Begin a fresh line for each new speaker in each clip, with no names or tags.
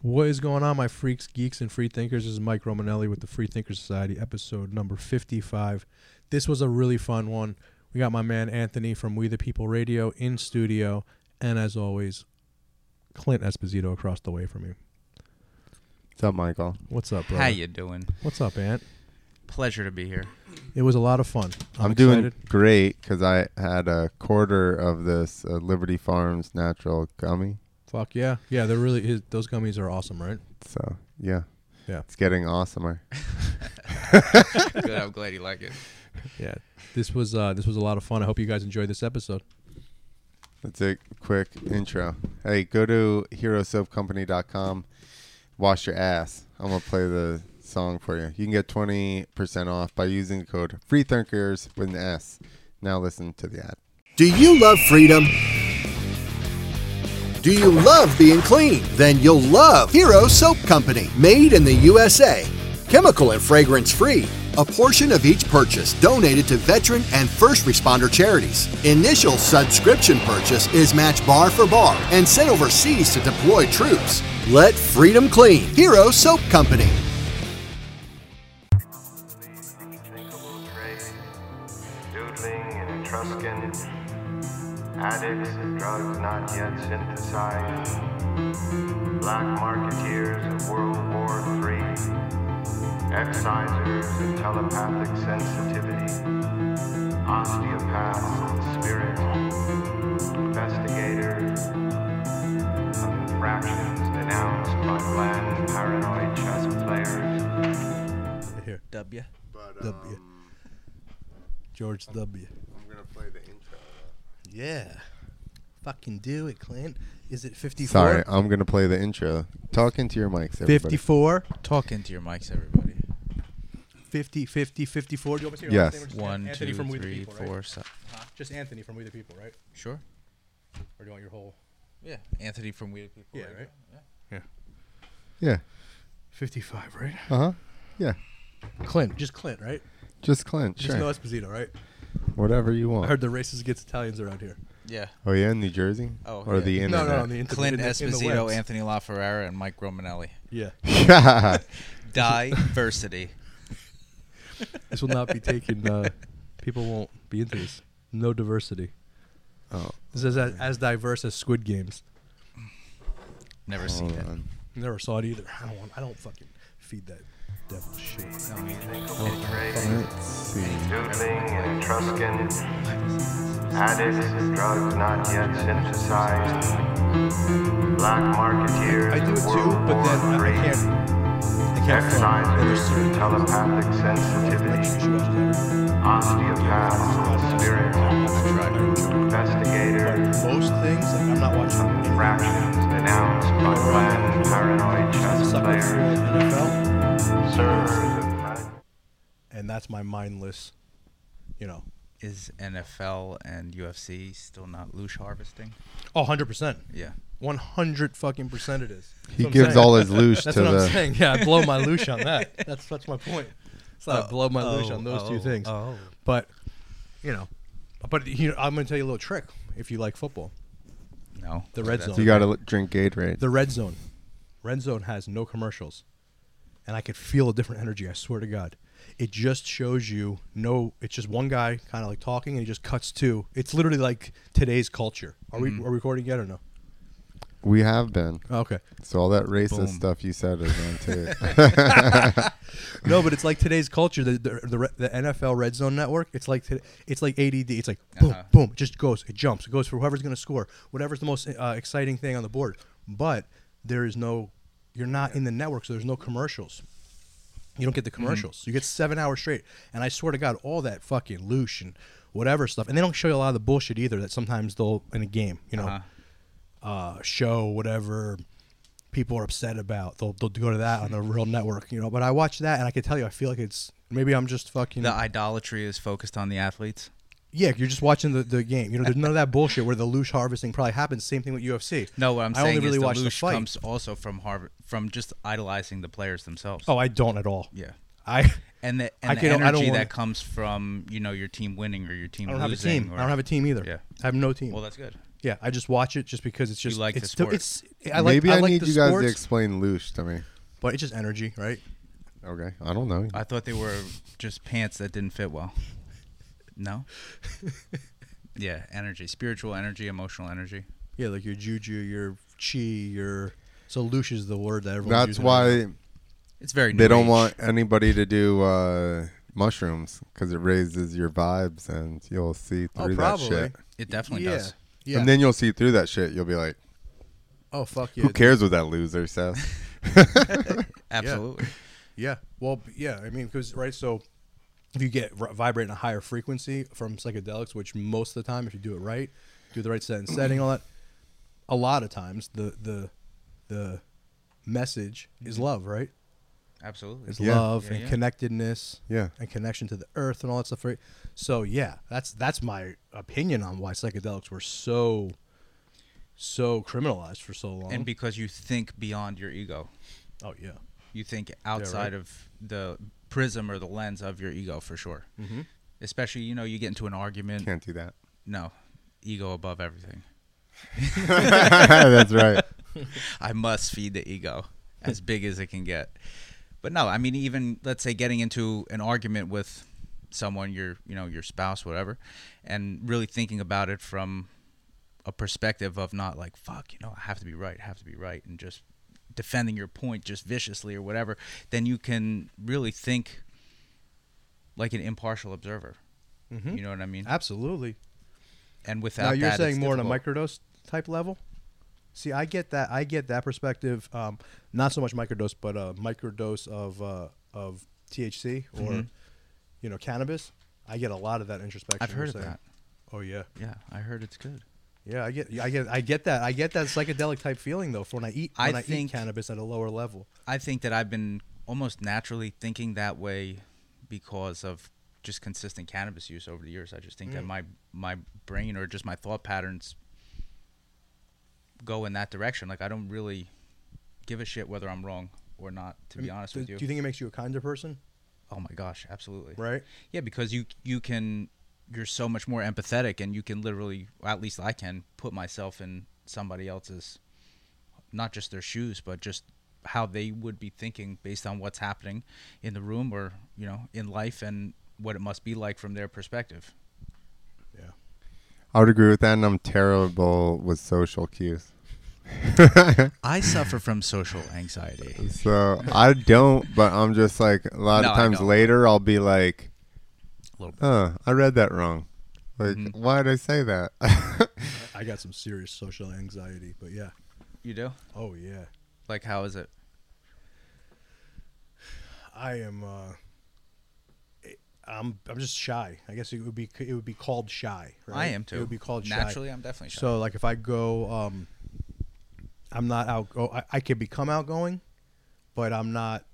What is going on, my freaks, geeks, and free thinkers? This is Mike Romanelli with the Free Thinkers Society, episode number 55. This was a really fun one. We got my man Anthony from We the People Radio in studio, and as always, Clint Esposito across the way from me.
What's up, Michael?
What's up, bro?
How you doing?
What's up, Ant?
Pleasure to be here.
It was a lot of fun.
I'm, doing great because I had a quarter of this uh, Liberty Farms natural gummy.
Fuck yeah, yeah. They're really is, those gummies are awesome, right?
So yeah,
Yeah.
it's getting awesomer.
Good. I'm glad you like it.
Yeah. This was uh, this was a lot of fun. I hope you guys enjoyed this episode.
That's a quick intro. Hey, go to herosoapcompany.com. Wash your ass. I'm gonna play the song for you. You can get 20% off by using the code FreeThinkers with an S. Now listen to the ad.
Do you love freedom? Do you love being clean? Then you'll love Hero Soap Company, made in the USA. Chemical and fragrance free. A portion of each purchase donated to veteran and first responder charities. Initial subscription purchase is matched bar for bar and sent overseas to deploy troops. Let freedom clean. Hero Soap Company.
unthinkable trade, doodling in Etruscan, addicts of drugs not yet synthesized, black marketeers of World War III, excisers of telepathic sensitivity, osteopaths of spirit, investigators of infractions denounced by bland paranoid chess players.
Here,
W.
But um,
W. George W.
I'm gonna play the intro.
Yeah. Fucking do it, Clint. Is it 54?
Sorry, I'm gonna play the intro. Talk into your mics, everybody.
54,
Talk into your mics, everybody.
50, 50, 54. Do you want me to say
Yes.
your last name or just
One,
An-
two,
Anthony
three, four,
from
five.
We the People, right? Huh? Just Anthony from We the People, right?
Sure.
Or do you want your whole?
Yeah. Anthony from Weird People.
Yeah, right?
Yeah.
55, right?
Uh huh. Yeah.
Clint, just Clint, right?
Just Clint.
Just
Sure.
no Esposito, right?
Whatever you
I
want.
heard the racist against Italians around here.
Yeah.
Oh yeah, in New Jersey.
Oh,
or
yeah.
the internet.
No, no, on the internet.
Clint
in the, in the
Esposito,
webs.
Anthony LaFerrara, and Mike Romanelli.
Yeah,
yeah.
Diversity.
this will not be taken. Uh, people won't be into this. No diversity.
Oh,
This is as, as diverse as Squid Games.
Never seen
hold
it.
on.
Never saw it either. I don't want. I don't fucking feed that devil shit.
Let's see.
doodling in Etruscan, addicts of drugs not yet synthesized, black marketeers.
I do it
of
too,
World
but then
War
I, I
III,
can't. I can't film. And there's
Excisers
certain
of telepathic sensitivity, osteopaths of spirit, investigators,
most things, like I'm not watching any
fractions denounced by bland paranoid chess
suck at
players,
NFL,
servers of mad-
and that's my mindless, you know.
Is NFL and UFC still not loose harvesting?
Oh, 100%.
Yeah.
100 fucking percent it is. That's
He
what I'm
gives
saying.
all his loosh to
That's what I'm
the.
saying. Yeah, I blow my loosh on that. That's that's my point. It's not I blow my loosh
oh,
on those two
oh,
things.
oh.
But, you know, but you know, I'm going to tell you a little trick if you like football.
No.
The red
That's-
zone.
You gotta l- drink Gatorade.
The red zone. Red zone has no commercials. And I could feel a different energy, I swear to God. It just shows you no it's just one guy kind of like talking and he just cuts to. It's literally like today's culture. Are we are we recording yet or no?
We have been.
Okay.
So all that racist
Boom.
stuff you said is on tape.
No, but it's like today's culture. The the, the, re- the NFL Red Zone Network. It's like today, it's like ADD. It's like boom,
Uh-huh.
boom. It just goes. It jumps. It goes for whoever's going to score. Whatever's the most uh, exciting thing on the board. But there is no. You're not in the network, so there's no commercials. You don't get
Mm-hmm.
the commercials. You get seven hours straight, and I swear to God, all that fucking loosh and whatever stuff, and they don't show you a lot of the bullshit either. That sometimes they'll in a game, you know, uh
Uh-huh.
show whatever people are upset about. They'll they'll go to that on the real network, you know. But I watch that, and I can tell you, I feel like it's maybe I'm just fucking.
The idolatry is focused on the athletes.
yeah, you're just watching the, the game. You know, there's none of that bullshit where the loosh harvesting probably happens. Same thing with UFC.
No, what I'm
I
saying
only really
is
watch
the loosh
the fight.
comes also from Harvard, from just idolizing the players themselves.
oh, I don't at all.
yeah.
I
and the, and
I
the
can- I don't
energy
wanna-
that comes from you know your team winning or your team
I don't have a
losing.
team.
Or,
I don't have a team either.
Yeah.
I have no team.
Well, that's good.
Yeah, I just watch it just because it's just
like the
it's
sport.
it's I like
Maybe
I,
I,
like
need
the
you guys
sports,
to explain loosh to me.
but it's just energy, right?
Okay, I don't know.
I thought they were just pants that didn't fit well. No. yeah, energy, spiritual energy, emotional energy.
Yeah, like your juju, your chi, your so loosh is the word that everyone.
That's why
It's very.
they
new
don't
age.
want anybody to do uh, mushrooms because it raises your vibes and you'll see
Oh,
through that
probably.
shit.
It definitely
yeah.
does.
Yeah.
And then you'll see through that shit. You'll be like,
oh fuck yeah.
who cares what that loser says?
Absolutely.
Yeah. Well, yeah. I mean, because right, so if you get r- vibrate in a higher frequency from psychedelics, which most of the time, if you do it right, do the right set and setting, all that, a lot of times the the the message is love, right?
Absolutely.
It's
Yeah.
love
Yeah,
and
yeah.
connectedness,
Yeah.
and connection to the earth and all that stuff. Right. So yeah, that's that's my opinion on why psychedelics were so so criminalized for so long.
And because you think beyond your ego,
oh yeah,
you think outside of the prism or the lens of your ego for sure. Mm-hmm. Especially, you know, you get into an argument.
Can't do that.
No, ego above everything.
That's right.
I must feed the ego
Hmm.
as big as it can get. But no, I mean even let's say getting into an argument with someone, your you know, your spouse, whatever, and really thinking about it from a perspective of not like, fuck, you know, I have to be right, I have to be right and just defending your point just viciously or whatever, then you can really think like an impartial observer. You know what I mean?
absolutely.
And
Mm-hmm. Now
without
you're
that,
saying
it's
more on a
difficult.
microdose type level. See, I get that. I get that perspective. Um, not so much microdose, but a microdose of uh, of THC or
Mm-hmm.
you know cannabis. I get a lot of that introspection.
I've
you're
heard of
saying.
that.
Oh yeah,
Yeah, I heard it's good.
yeah. I get, I get, I get that. I get that psychedelic type feeling though. For when I eat,
I
when I,
think-
eat cannabis at a lower level.
I think that I've been almost naturally thinking that way because of just consistent cannabis use over the years. I just think that my my brain or just my thought patterns go in that direction. Like I don't really give a shit whether I'm wrong or not. To be honest
do,
with you.
do you think it makes you a kinder person?
oh my gosh, absolutely.
Right.
Yeah, because you you can you're so much more empathetic, and you can literally, at least I can, put myself in somebody else's, not just their shoes, but just how they would be thinking based on what's happening in the room or you know in life and what it must be like from their perspective.
Yeah.
I would agree with that, and I'm terrible with social cues.
I suffer from social anxiety.
So I don't, but I'm just like a lot
No, I
of times
don't.
later, I'll be like,
A little bit.
Uh,
huh, I read that wrong. Like,
Mm-hmm.
why did I say that?
I got some serious social anxiety, but yeah.
You do?
Oh yeah.
Like, how is it?
I am. Uh, I'm. I'm just shy. I guess it would be. It would be called shy. Right?
I am too.
It would be called shy.
Naturally, I'm definitely shy.
So like if I go, um, I'm not out. Oh, I, I could become outgoing, but I'm not.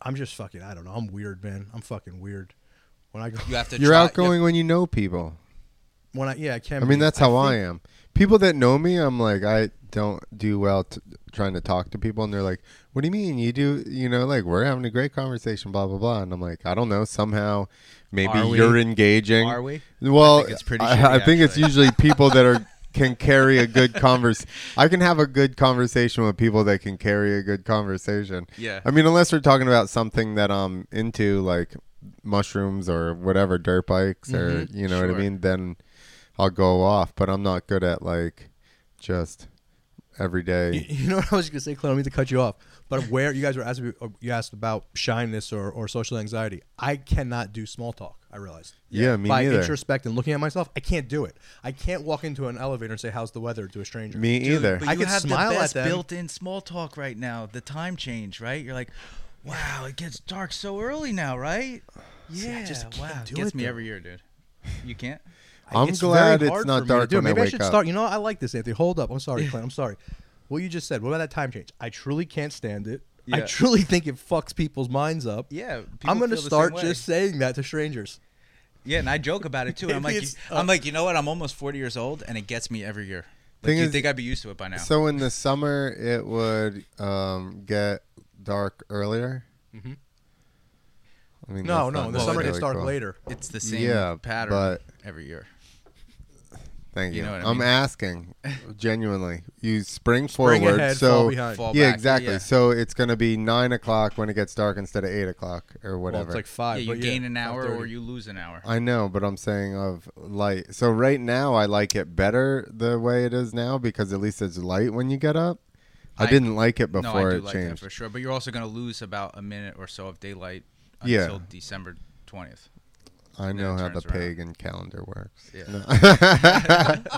I'm just fucking. I don't know. I'm weird, man. I'm fucking weird. When I go,
you have to.
You're
try-
outgoing when you know people.
when I yeah, I can.
I mean,
be.
that's how I
think-
am. People that know me, I'm like, I don't do well t- trying to talk to people, and they're like, "What do you mean you do? You know, like we're having a great conversation, blah blah blah." And I'm like, I don't know. Somehow, maybe
Are we?
you're engaging.
Are we?
Well,
I think it's pretty
I,
shitty,
I think it's
actually.
usually people that are can carry a good converse. I can have a good conversation with people that can carry a good conversation.
Yeah.
I mean, unless we're talking about something that I'm into, like mushrooms or whatever, dirt bikes, or
Mm-hmm.
you know what I
Sure.
mean. Then I'll go off, but I'm not good at like just every
You,
day.
you know what I was gonna say, Claire? I don't mean to cut you off, but where you guys were asking, you asked about shyness or, or social anxiety. I cannot do small talk. I realized.
Yeah, me
By
neither.
introspect and looking at myself, I can't do it. I can't walk into an elevator and say, "How's the weather?" to a stranger.
Me either.
But
I
you
could
have
smile
the
at
best
them.
built-in small talk right now. The time change, right? You're like, wow, it gets dark so early now, right? Yeah,
just can't
wow,
do
gets
it,
me
though.
every year, dude. You can't.
I'm
It's
glad
very
it's
hard
not
for me to
dark
do.
when I
Maybe I,
wake
should
up.
start. You know, I like this, Anthony. Hold up. I'm sorry, Clint. I'm sorry. What you just said. What about that time change? I truly can't stand it. I
Yeah.
truly think it fucks people's minds up.
Yeah,
I'm
people
gonna
feel the
start
same way.
just saying that to strangers.
Yeah, and I joke about it too. and I'm
Maybe
like,
it's-
uh,
I'm like, you know what? I'm almost 40 years old, and it gets me every year. Like,
Thing
you
is-
think I'd be used to it by now?
So in the summer, it would um, get dark earlier. I mean,
Mm-hmm. No,
that's
no.
not
In the
well,
summer
necessarily
gets dark
cool.
later.
it's the same
Yeah,
pattern
but-
every year.
Thank you.
You know what I
I'm
mean?
asking genuinely. You spring,
Spring
forward,
ahead,
so
fall behind.
Fall
yeah,
back,
exactly.
yeah.
So it's going to be nine o'clock when it gets dark instead of eight o'clock or
Well,
whatever.
it's like five.
yeah, you
but
gain an hour
5:30.
or you lose an hour.
I know, but I'm saying of light. So right now, I like it better the way it is now because at least it's light when you get up. I,
I-
didn't like it
no,
before
I do
it
like that
changed.
for sure. But you're also going to lose about a minute or so of daylight
Yeah.
until December 20th.
I know
it
how the
turns around.
pagan calendar works.
Yeah.
No.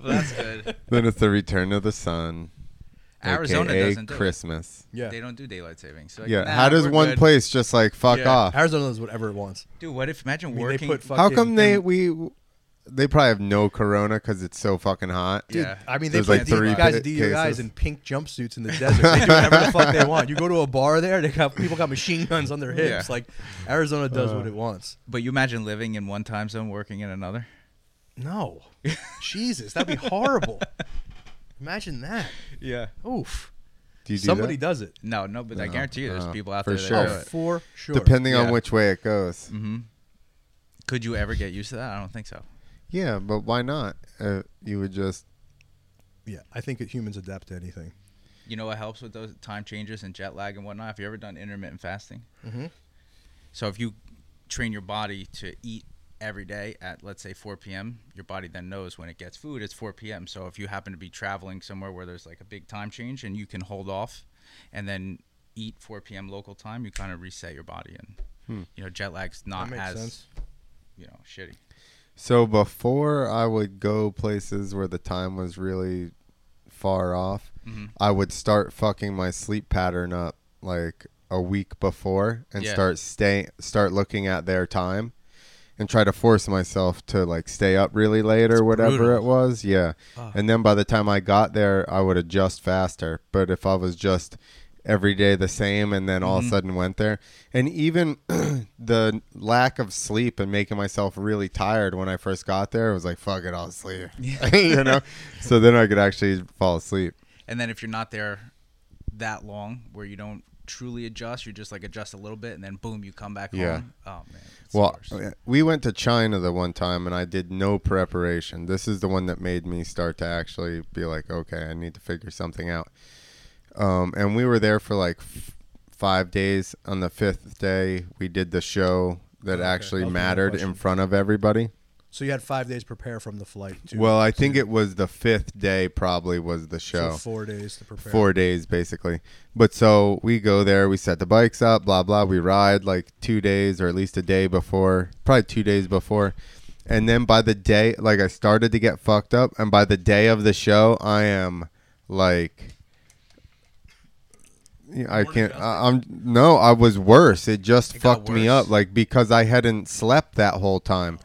Well, that's good.
then it's the return of the sun.
Arizona
AKA
doesn't do it.
Christmas.
Yeah.
They don't do daylight savings. So like,
Yeah.
nah,
how does
we're
one
good.
place just like fuck
Yeah,
off?
Arizona does whatever it wants.
Dude, what if imagine
I mean, they
working?
put fucking,
How come they we they probably have no corona because it's so fucking hot?
yeah.
I mean, they
There's
put
like
these
three
guys,
ca-
these guys
cases.
in pink jumpsuits in the desert. They do whatever the fuck they want. You go to a bar there, they got people got machine guns on their hips.
Yeah.
Like Arizona does
Uh.
what it wants.
but you imagine living in one time zone, working in another.
No, Jesus, that'd be horrible. Imagine that.
Yeah.
Oof.
Do you do
Somebody
that?
does it.
No, no, but I
No,
guarantee you, there's
no,
people out
for
there. That
sure.
do
Oh,
it.
for sure.
Depending on
Yeah.
which way it goes.
Could you ever get used to that? I don't think so.
Yeah, but why not? Uh, you would just
Yeah, I think that humans adapt to anything.
You know what helps with those time changes and jet lag and whatnot? Have you ever done intermittent fasting? Mm-hmm. So if you train your body to eat every day at let's say 4 p.m., your body then knows when it gets food it's 4 p.m. So if you happen to be traveling somewhere where there's like a big time change and you can hold off and then eat 4 p.m. local time, you kind of reset your body and you know jet lag's not
Hmm. makes
as
sense.
you know shitty.
So before I would go places where the time was really far off, I would start fucking my sleep pattern up like a week before and
Yeah.
start stay start looking at their time and try to force myself to like stay up really late or whatever
brutal.
it was. Yeah. And then by the time I got there, I would adjust faster. But if I was just every day the same and then all of a sudden went there, and even the lack of sleep and making myself really tired when I first got there, I was like, fuck it, I'll sleep. you know? So then I could actually fall asleep.
And then if you're not there that long where you don't truly adjust, you just like adjust a little bit and then boom, you come back
Yeah.
home. Oh man. it's the
Well,
worst.
we went to China the one time and I did no preparation. This is the one that made me start to actually be like, okay, I need to figure something out. Um, and we were there for like f- five days. On the fifth day, we did the show that actually
that was my
mattered in
question.
front of everybody.
So you had five days prepare from the flight. To,
Well, I think it was the fifth day, probably was the
so
show.
four days to prepare.
Four days basically. But so we go there, we set the bikes up, blah blah. We ride like two days or at least a day before, probably two days before. And then by the day, like I started to get fucked up, and by the day of the show, I am like, Yeah, I can't. I, I'm no, I was worse. It just
got
fucked me
worse. Oh.
up, like because I hadn't slept that whole time.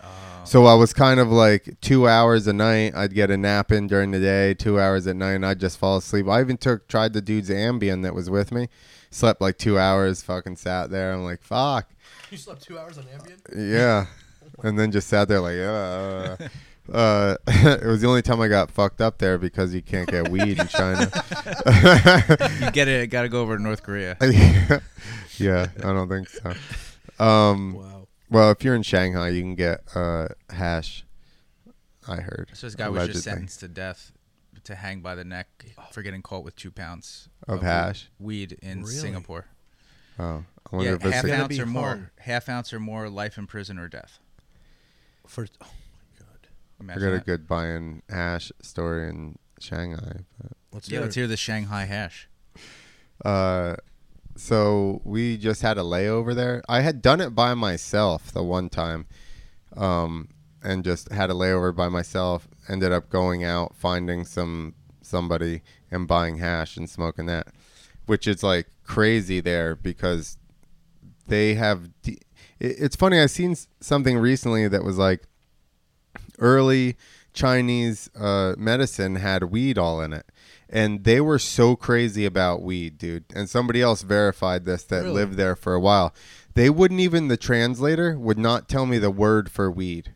So I was kind of like two hours a night. I'd get a nap in during the day, two hours at night, and I'd just fall asleep. I even took tried the dude's Ambien that was with me, slept like two hours, fucking sat there. I'm like, fuck,
You slept two hours on Ambien.
yeah, and then just sat there like, uh. Uh, it was the only time I got fucked up there because you can't get weed in China.
you get it, got to go over to North Korea.
yeah, I don't think so. Mm.
Wow.
Well, if you're in Shanghai, you can get uh, hash. I heard.
So this guy was
allegedly.
just sentenced to death to hang by the neck for getting caught with two pounds
Of hash?
weed in
Really?
Singapore.
Oh, I wonder
Yeah,
if
half
it's
Gonna
ounce
be
or more,
hung.
half ounce or more, life in prison or death.
For oh my god.
I
Imagine
got a
that.
good buying hash story in Shanghai. But,
Let's
Yeah,
hear
let's
it.
hear the Shanghai hash.
uh, so we just had a layover there. I had done it by myself the one time, um, and just had a layover by myself. Ended up going out, finding some somebody, and buying hash and smoking that, which is like crazy there because they have. De- it- it's funny. I seen s- something recently that was like early Chinese uh, medicine had weed all in it, and they were so crazy about weed, dude. And somebody else verified this that
Really?
lived there for a while. They wouldn't even the translator would not tell me the word for weed.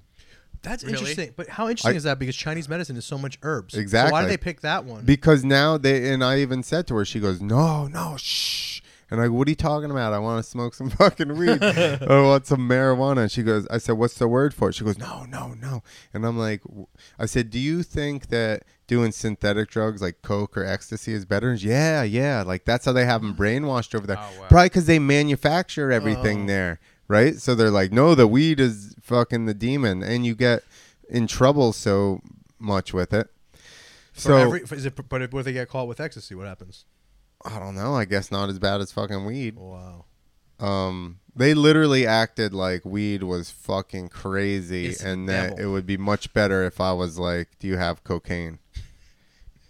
That's
Really?
interesting. But how interesting is that? Because Chinese medicine is so much herbs. So why
Exactly.
did they pick that one?
Because now they and I even said to her, she goes, "No, no, shh." And I go, what are you talking about? I want to smoke some fucking weed. I want some marijuana. And she goes, I said, what's the word for it? She goes, no, no, no. And I'm like, w- I said, do you think that doing synthetic drugs like coke or ecstasy is better? And she, yeah, yeah. Like that's how they have them brainwashed over there.
Oh, wow.
Probably because they manufacture everything
Oh.
there, right? So they're like, no, the weed is fucking the demon, and you get in trouble so much with it.
For
So
every, is it? But if what if they get caught with ecstasy, what happens? Oh,
I don't know. I guess not as bad as fucking weed.
Wow.
Um, they literally acted like weed was fucking crazy,
It's the
and that
devil.
it would be much better if I was like, "Do you have cocaine?"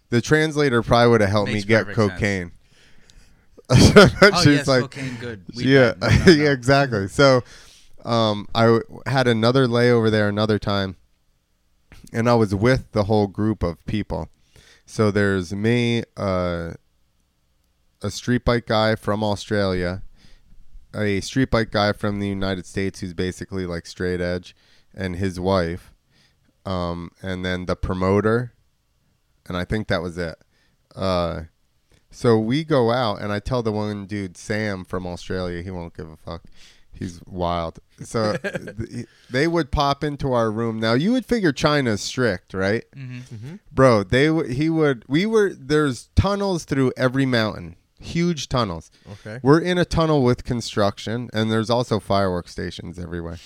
The translator probably would have helped
Makes
me get
perfect sense.
cocaine.
Oh
She's
yes,
like,
cocaine good. Weed
yeah,
bad. No, no, no.
yeah, exactly. So, um, I w- had another layover there another time, and I was with the whole group of people. So there's me, uh, a street bike guy from Australia, a street bike guy from the United States who's basically like straight edge, and his wife, um, and then the promoter, and I think that was it. Uh, so we go out, and I tell the one dude, Sam from Australia, he won't give a fuck. He's wild. So th- they would pop into our room. Now you would figure China's strict, right? Bro, they w- he would. We were there's tunnels through every mountain, huge tunnels.
Okay.
We're in a tunnel with construction, and there's also fireworks stations everywhere.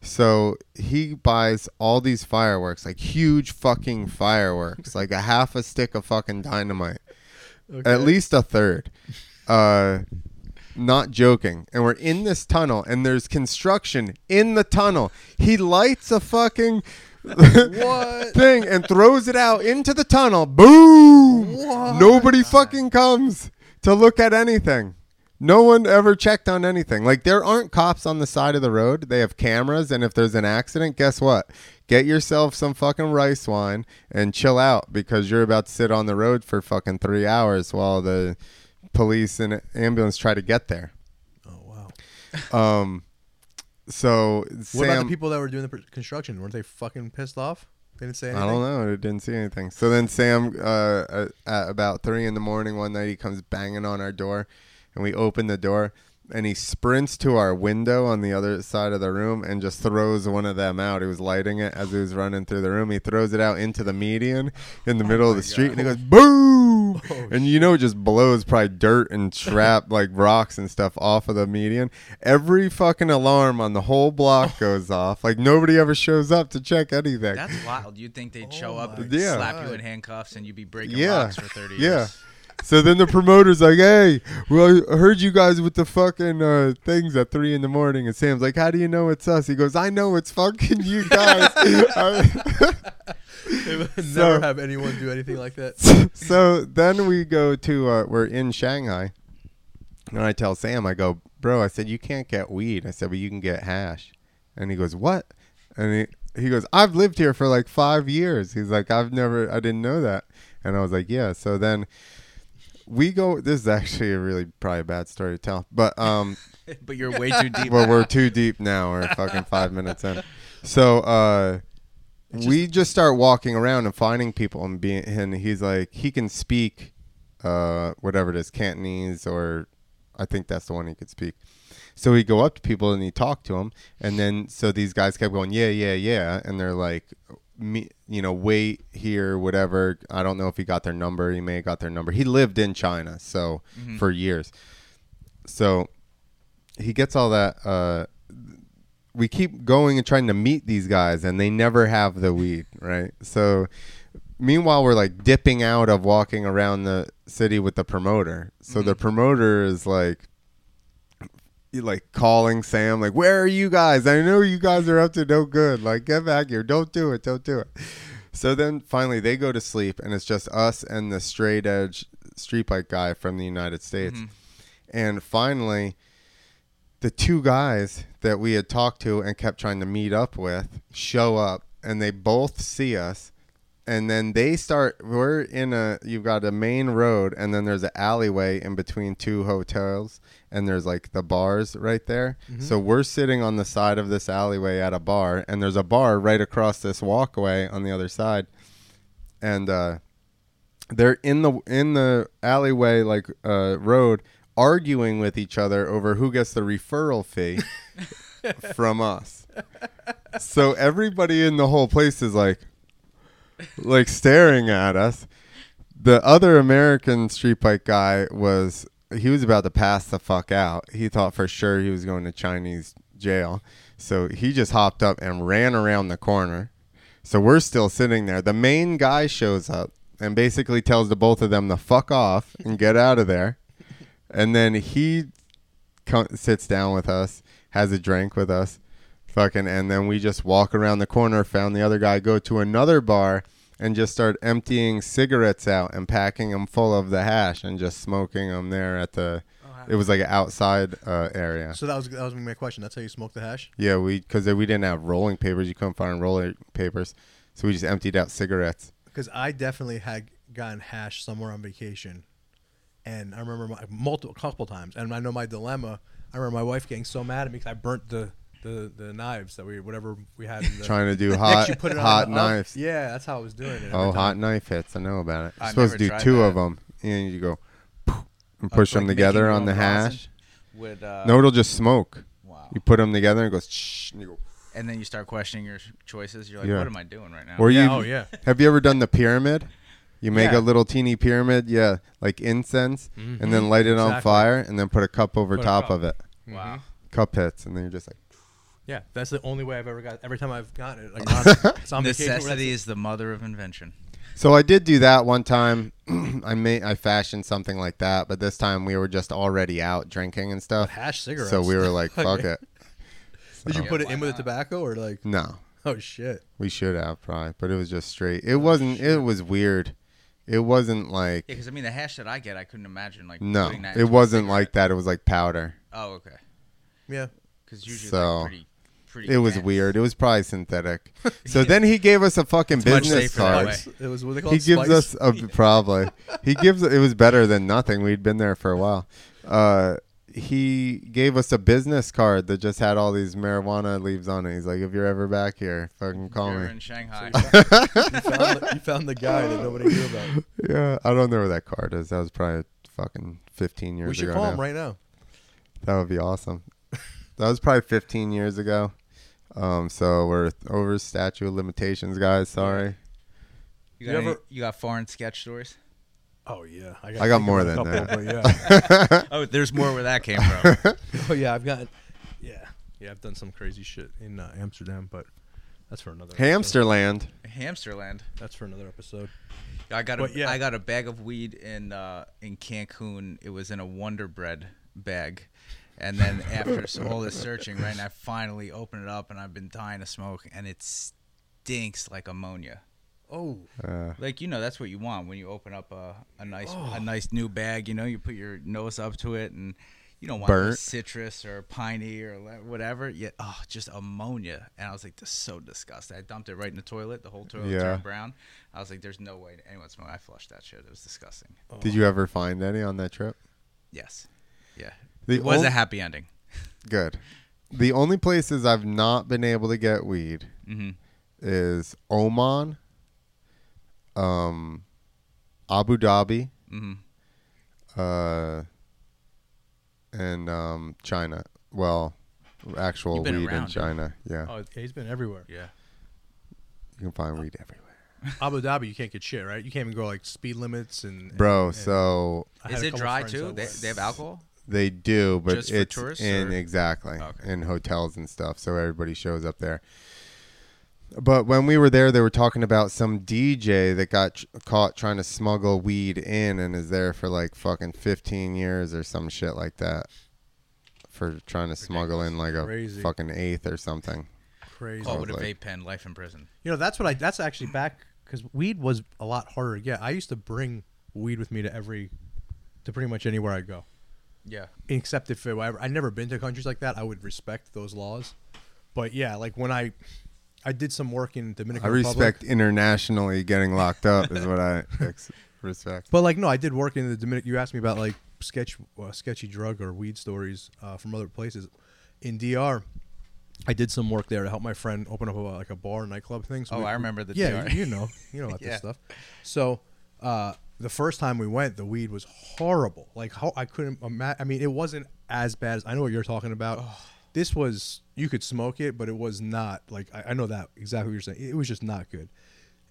So he buys all these fireworks, like huge fucking fireworks, like a half a stick of fucking dynamite at least a third. Uh, not joking. And we're in this tunnel, and there's construction in the tunnel. He lights a fucking thing and throws it out into the tunnel. Boom! Nobody fucking comes to look at anything. No one ever checked on anything. Like there aren't cops on the side of the road. They have cameras, and if there's an accident, guess what? Get yourself some fucking rice wine and chill out because you're about to sit on the road for fucking three hours while the police and ambulance try to get there.
Oh wow.
So
What
Sam,
about the people that were doing the pr- construction? Weren't they fucking pissed off? They didn't say anything.
I don't know. I didn't see anything. So then Sam, uh, at, at about three in the morning one night, he comes banging on our door, and we open the door, and he sprints to our window on the other side of the room and just throws one of them out. He was lighting it as he was running through the room. He throws it out into the median in the
Oh
middle of the street, and he goes boom, and you know it just blows probably dirt and trap like rocks and stuff off of the median. Every fucking alarm on the whole
Oh.
block goes off. Like nobody ever shows up to check anything.
That's wild. You'd think they'd show up, and
Yeah.
slap you in handcuffs, and you'd be breaking
Yeah.
rocks for thirty
Yeah.
years.
So then the promoter's like, "Hey, well, I heard you guys with the fucking uh, things at three in the morning." And Sam's like, "How do you know it's us?" He goes, "I know it's fucking you guys." I-
They would
So-
Never have anyone do anything like that.
so then we go to uh, we're in Shanghai, and I tell Sam, I go, "Bro," I said, "You can't get weed." I said, "But you can get hash," and he goes, "What?" And he he goes, "I've lived here for like five years." He's like, "I've never, I didn't know that," and I was like, "Yeah." So then. We go. This is actually a really probably a bad story to tell, but um,
but you're way too deep.
well, we're too deep now. We're fucking five minutes in. So uh, we just start walking around and finding people and being. And he's like, he can speak, uh, whatever it is, Cantonese or I think that's the one he could speak. So we go up to people and he talked to them, and then so these guys kept going, yeah, yeah, yeah, and they're like, me, you know, wait here, whatever. I don't know if he got their number. He may have got their number. He lived in China, so for years. So he gets all that. Uh, we keep going and trying to meet these guys, and they never have the weed, right? So, meanwhile, we're like dipping out of walking around the city with the promoter. So the promoter is like, he, like calling Sam, like, "Where are you guys? I know you guys are up to no good. Like, get back here! Don't do it! Don't do it!" So then finally they go to sleep, and it's just us and the straight edge street bike guy from the United States. And finally, the two guys that we had talked to and kept trying to meet up with show up and they both see us and then they start we're in a you've got a main road and then there's an alleyway in between two hotels and there's like the bars right there so we're sitting on the side of this alleyway at a bar and there's a bar right across this walkway on the other side and uh they're in the in the alleyway like uh road arguing with each other over who gets the referral fee from us. So everybody in the whole place is like, like staring at us. The other American street bike guy was he was about to pass the fuck out. He thought for sure he was going to Chinese jail. So he just hopped up and ran around the corner. So we're still sitting there. The main guy shows up and basically tells the both of them to fuck off and get out of there. And then he co- sits down with us, has a drink with us, fucking, and then we just walk around the corner, found the other guy, go to another bar, and just start emptying cigarettes out and packing them full of the hash and just smoking them there at the. It was like an outside uh, area.
Oh, So that was that was my question. That's how you smoke the hash.
Yeah, we because we didn't have rolling papers. You couldn't find rolling papers, so we just emptied out cigarettes.
because I definitely had gotten hash somewhere on vacation, and I remember my, multiple couple times. And I know my dilemma. I remember my wife getting so mad at me because I burnt the, the the knives that we whatever we had. In the,
Trying to do
Next
hot
you put it on
hot
the oven.
knives.
Yeah, that's how I was doing it. every
Oh,
time.
hot knife hits! I know about it. You're
I've
supposed to
never
do
tried
two
that.
of them, and you go and push
Like
them
making
together
your
on
own
the
rosin
hash.
With, uh,
No, it'll just smoke.
Wow.
You put them together and it goes. Shh, and you go
and then you start questioning your choices. You're like,
Yeah.
what am I doing right now?
Or
Yeah,
you?
oh, yeah.
Have you ever done the pyramid? You make
Yeah.
a little teeny pyramid, yeah, like incense, and
Mm-hmm.
then light it on
Exactly.
fire, and then put a cup over
Put a
top
cup.
of it. Mm-hmm.
wow.
Cup hits, and then you're just like,
Yeah, that's the only way I've ever got. Every time I've gotten it, like on, it's on vacation. where
Necessity
that's-
is the mother of invention.
So I did do that one time. I made I fashioned something like that, but this time we were just already out drinking and stuff.
hash cigarettes.
So we were like, "Fuck it."
Did you
Yeah,
put it
why
in with the
not?
tobacco or like?
No,
Oh shit.
we should have probably, but it was just straight. It wasn't. It was weird. It wasn't
Yeah,
like
because I mean, the hash that I get, I couldn't imagine like
no.
putting that
It
into a
wasn't
cigarette.
like that. It was like powder.
Oh, okay.
Yeah.
Because usually
So,
so, pretty, pretty.
It was
dense.
weird. It was probably synthetic. So then he gave us a fucking
much
business
safer that
card.
It
way.
was what they call
he gives
spice.
us a probably he gives it was better than nothing we'd been there for a while uh he gave us a business card that just had all these marijuana leaves on it he's like if you're ever back here fucking call
We were
me
in Shanghai.
You found, the, you found the guy that nobody knew about.
yeah i don't know where that card is that was probably fucking 15 years
We should
ago
call
now.
him right now.
that would be awesome that was probably 15 years ago um so we're over statute of limitations guys sorry
you, got
You
any-
ever-
you got foreign sketch stories?
Oh yeah,
I got
think
more
about a
than
couple, but
Oh, there's more where that came from.
yeah. oh yeah, I've got. Yeah, yeah, I've done some crazy shit in uh, Amsterdam, but that's for another. episode.
hamsterland
Hamsterland.
That's for another episode.
I got a,
But, yeah.
I got a bag of weed in uh, in Cancun. It was in a Wonder Bread bag, and then after s- all this searching, right, and I finally opened it up, and I've been dying to smoke, and it stinks like ammonia.
Oh,
Uh,
Like you know, that's what you want when you open up a, a nice
Oh.
a nice new bag. You know, you put your nose up to it, and you don't want any
Burnt.
citrus or piney or la- whatever. Yet, oh, just ammonia. And I was like, this is so disgusting. I dumped it right in the toilet. The whole toilet
Yeah.
turned brown. I was like, there's no way anyone's smoking. I flushed that shit. It was disgusting.
did you ever find any on that trip
Yes, yeah.
The
it was
ol-
a happy ending.
Good. The only places I've not been able to get weed
Mm-hmm.
is Oman, um, Abu Dhabi,
Mm-hmm.
uh, and um, China. Well, actual
You've
weed
been
in
around.
China. Yeah,
oh, he's been everywhere.
Yeah.
you can find weed everywhere,
Abu Dhabi, you can't get shit right. You can't even go like speed limits and. and-
bro.
and-
So
I had
Is
a
it
couple
dry
friends
too?
that
They,
went.
they have alcohol.
They do, but
Just for
it's
tourists,
in
or-
exactly
Okay.
in hotels and stuff, so everybody shows up there. But when we were there, they were talking about some DJ that got tr- caught trying to smuggle weed in and is there for like fucking 15 years or some shit like that for trying to smuggle in like a
Crazy.
fucking eighth or something.
crazy.
Caught with a
Oh, like-
vape pen, life in prison.
You know, that's what I. That's actually back because weed was a lot harder to get. I used to bring weed with me to every, to pretty much anywhere I go.
Yeah.
except if it, I- I've never been to countries like that, I would respect those laws. But yeah, like when I I did some work in
I
Dominican
respect
Republic.
internationally getting locked up is what I ex- respect.
But like no, I did work in the Dominican. You asked me about like sketch uh, sketchy drug or weed stories uh, from other places. In DR, I did some work there to help my friend open up a, like a bar nightclub thing. So
Oh,
we-
I remember the
yeah,
DR.
you know, you know about
Yeah.
this stuff. So uh, the first time we went, the weed was horrible. Like how I couldn't imagine. I mean, it wasn't as bad as I know what you're talking about. This was you could smoke it, but it was not like I, I know that exactly what you're saying. It was just not good.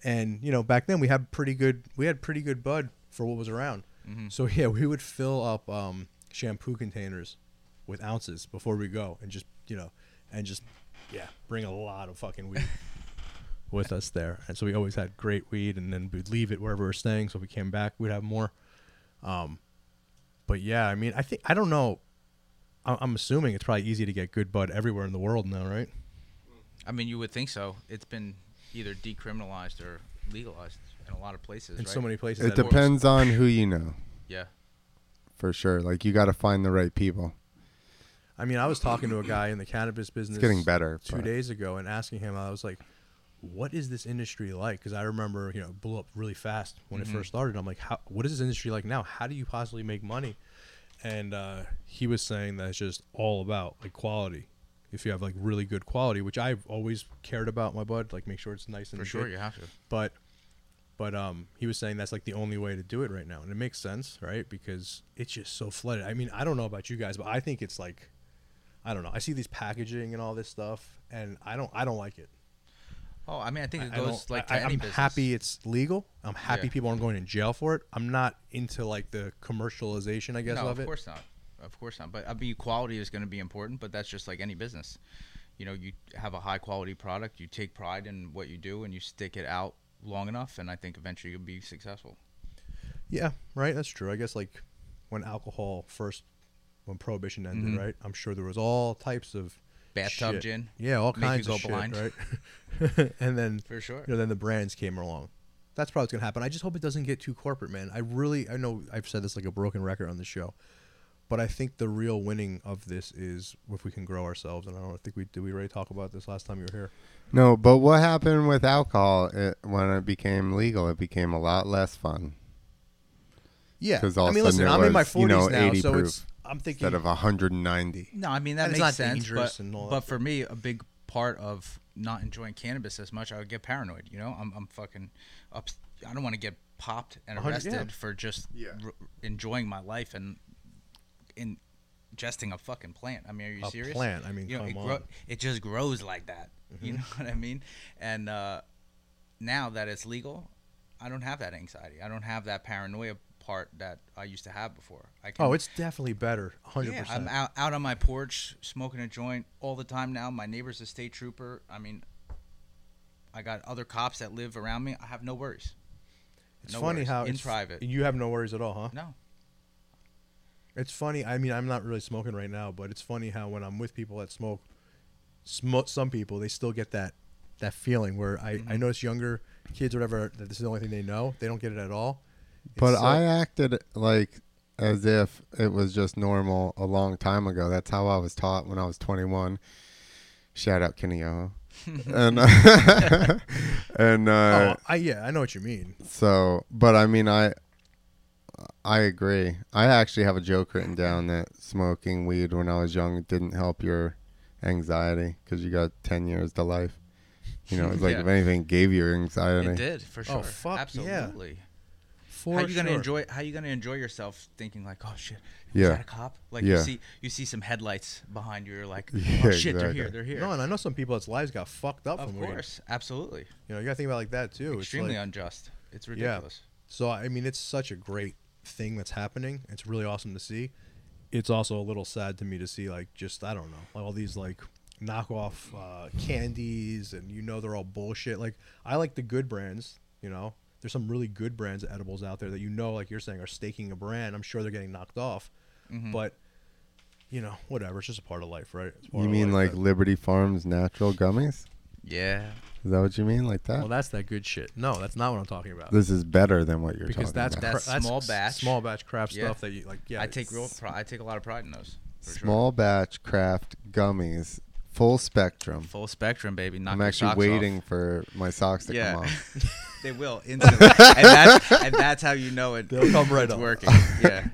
And you know, back then we had pretty good we had pretty good bud for what was around. So yeah, we would fill up um, shampoo containers with ounces before we go, and just you know, and just yeah, bring a lot of fucking weed with us there. And so we always had great weed, and then we'd leave it wherever we were staying. So if we came back, we'd have more. Um, but yeah, I mean, I think I don't know. I- I'm assuming it's probably easy to get good bud everywhere in the world now, right?
I mean, you would think so. It's been either decriminalized or legalized in a lot of places.
In
right?
so many places.
It
that-
dep-
depends on who you know,
Yeah.
for sure. Like you got to find the right people.
I mean, I was talking to a guy in the cannabis business.
getting better,
Two
but-
days ago, and asking him, I was like, "What is this industry like?" Because I remember, you know, it blew up really fast when
Mm-hmm.
it first started. I'm like, "How? What is this industry like now? How do you possibly make money?" And uh, he was saying that it's just all about like quality. If you have like really good quality, which I've always cared about my bud, like make sure it's nice and
For sure,
good.
you have to.
But but um, he was saying that's like the only way to do it right now, and it makes sense, right? Because it's just so flooded. I mean, I don't know about you guys, but I think it's like, I don't know. I see these packaging and all this stuff, and I don't, I don't like it.
Oh, I mean, I think it
I don't-
goes like to
I,
any
am
business.
happy it's legal. I'm happy
Yeah.
people aren't going in jail for it. I'm not into like the commercialization, I guess,
No,
of
of
it.
course not. Of course not. But I mean, quality is going to be important. But that's just like any business. You know, you have a high quality product. You take pride in what you do, and you stick it out long enough, and I think eventually you'll be successful.
Yeah, right. That's true. I guess like when alcohol first, when prohibition ended, right? I'm sure there was all types of
Mm-hmm. Bathtub
shit.
gin,
Yeah, all
make you
kinds
go
of shit,
blind.
right? and then
For sure.
you know, then the brands came along. That's probably what's gonna happen. I just hope it doesn't get too corporate, man. I really, I know I've said this like a broken record on the show, but I think the real winning of this is if we can grow ourselves. And I don't think we did. We already talk about this last time you were here.
No, but what happened with alcohol it, when it became legal? It became a lot less fun
Yeah,
'Cause all
I
of a
mean,
sudden
listen,
it
I'm in my
was, you
40s
know,
now,
80
so
proof
it's I'm thinking
instead of 190.
No, I mean that
And it's
makes
not
sense.
dangerous
But,
and all
but
that.
for me, a big part of not enjoying cannabis as much, I would get paranoid. You know, I'm, I'm fucking up. I don't want to get popped and
hundred- yeah.
arrested for just r- enjoying my life and in ingesting a fucking plant. I mean, are you
A
serious?
plant, I mean,
you know,
come
it, grow-
on. Mm-hmm.
it just grows like that. You know what I mean? And uh, now that it's legal, I don't have that anxiety. I don't have that paranoia part that I used to have before. I can
oh, it's definitely better, hundred
yeah,
percent.
I'm out, out on my porch smoking a joint all the time now. My neighbor's a state trooper. I mean, I got other cops that live around me. I have no worries.
It's
No
funny
worries.
how
In
it's,
private.
you have no worries at all, huh?
No.
It's funny. I mean, I'm not really smoking right now, but it's funny how when I'm with people that smoke, smoke some people they still get that that feeling where I
Mm-hmm.
I notice younger kids or whatever that this is the only thing they know. They don't get it at all. It's
But
so-
I acted like as if it was just normal a long time ago. That's how I was taught when I was 21. Shout out Kenny Yoho. and uh, and uh,
oh, I yeah, I know what you mean.
so, but I mean, I I agree. I actually have a joke written down that smoking weed when I was young didn't help your anxiety because you got 10 years to life. You know, it's like
Yeah.
if anything gave you anxiety.
It did for sure.
Oh, fuck, yeah.
Absolutely.
For
how you gonna
sure.
enjoy? How you gonna enjoy yourself thinking like, oh shit,
Yeah.
is that a cop? Like
Yeah.
you see, you see some headlights behind you. You're like, oh
Yeah,
shit, they're
exactly.
here, they're here.
No, and I know some people that's lives got fucked up.
of
from weed.
course, absolutely,
you know you got to think about it like that too. It's
extremely
like-
unjust. It's ridiculous.
So I mean, it's such a great thing that's happening. It's really awesome to see. It's also a little sad to me to see like just I don't know like all these like knockoff uh, candies and you know they're all bullshit. Like I like the good brands, you know. There's some really good brands of edibles out there that you know, like you're saying, are staking a brand. I'm sure they're getting knocked off, but you know, whatever. It's just a part of life, right? It's part
You
of
mean
life
uh,
like Liberty Farms natural gummies?
Yeah.
Is that what you mean? Like that?
that- well, that's that good shit. No, that's not what I'm talking about.
this is better than what you're
because that's,
talking about.
cra-
That's small
s-
batch.
small batch craft
Yeah.
stuff that you like. Yeah,
I take real.
it's-
Pri- I take a lot of pride in those. For sure.
Small batch craft gummies, full spectrum.
Full spectrum, baby. Knock
I'm
your
actually
socks
waiting
Off.
for my socks to come
Yeah,
off.
they will instantly, and, that's, and that's how you know it.
They'll come right
it's
off.
working. Yeah,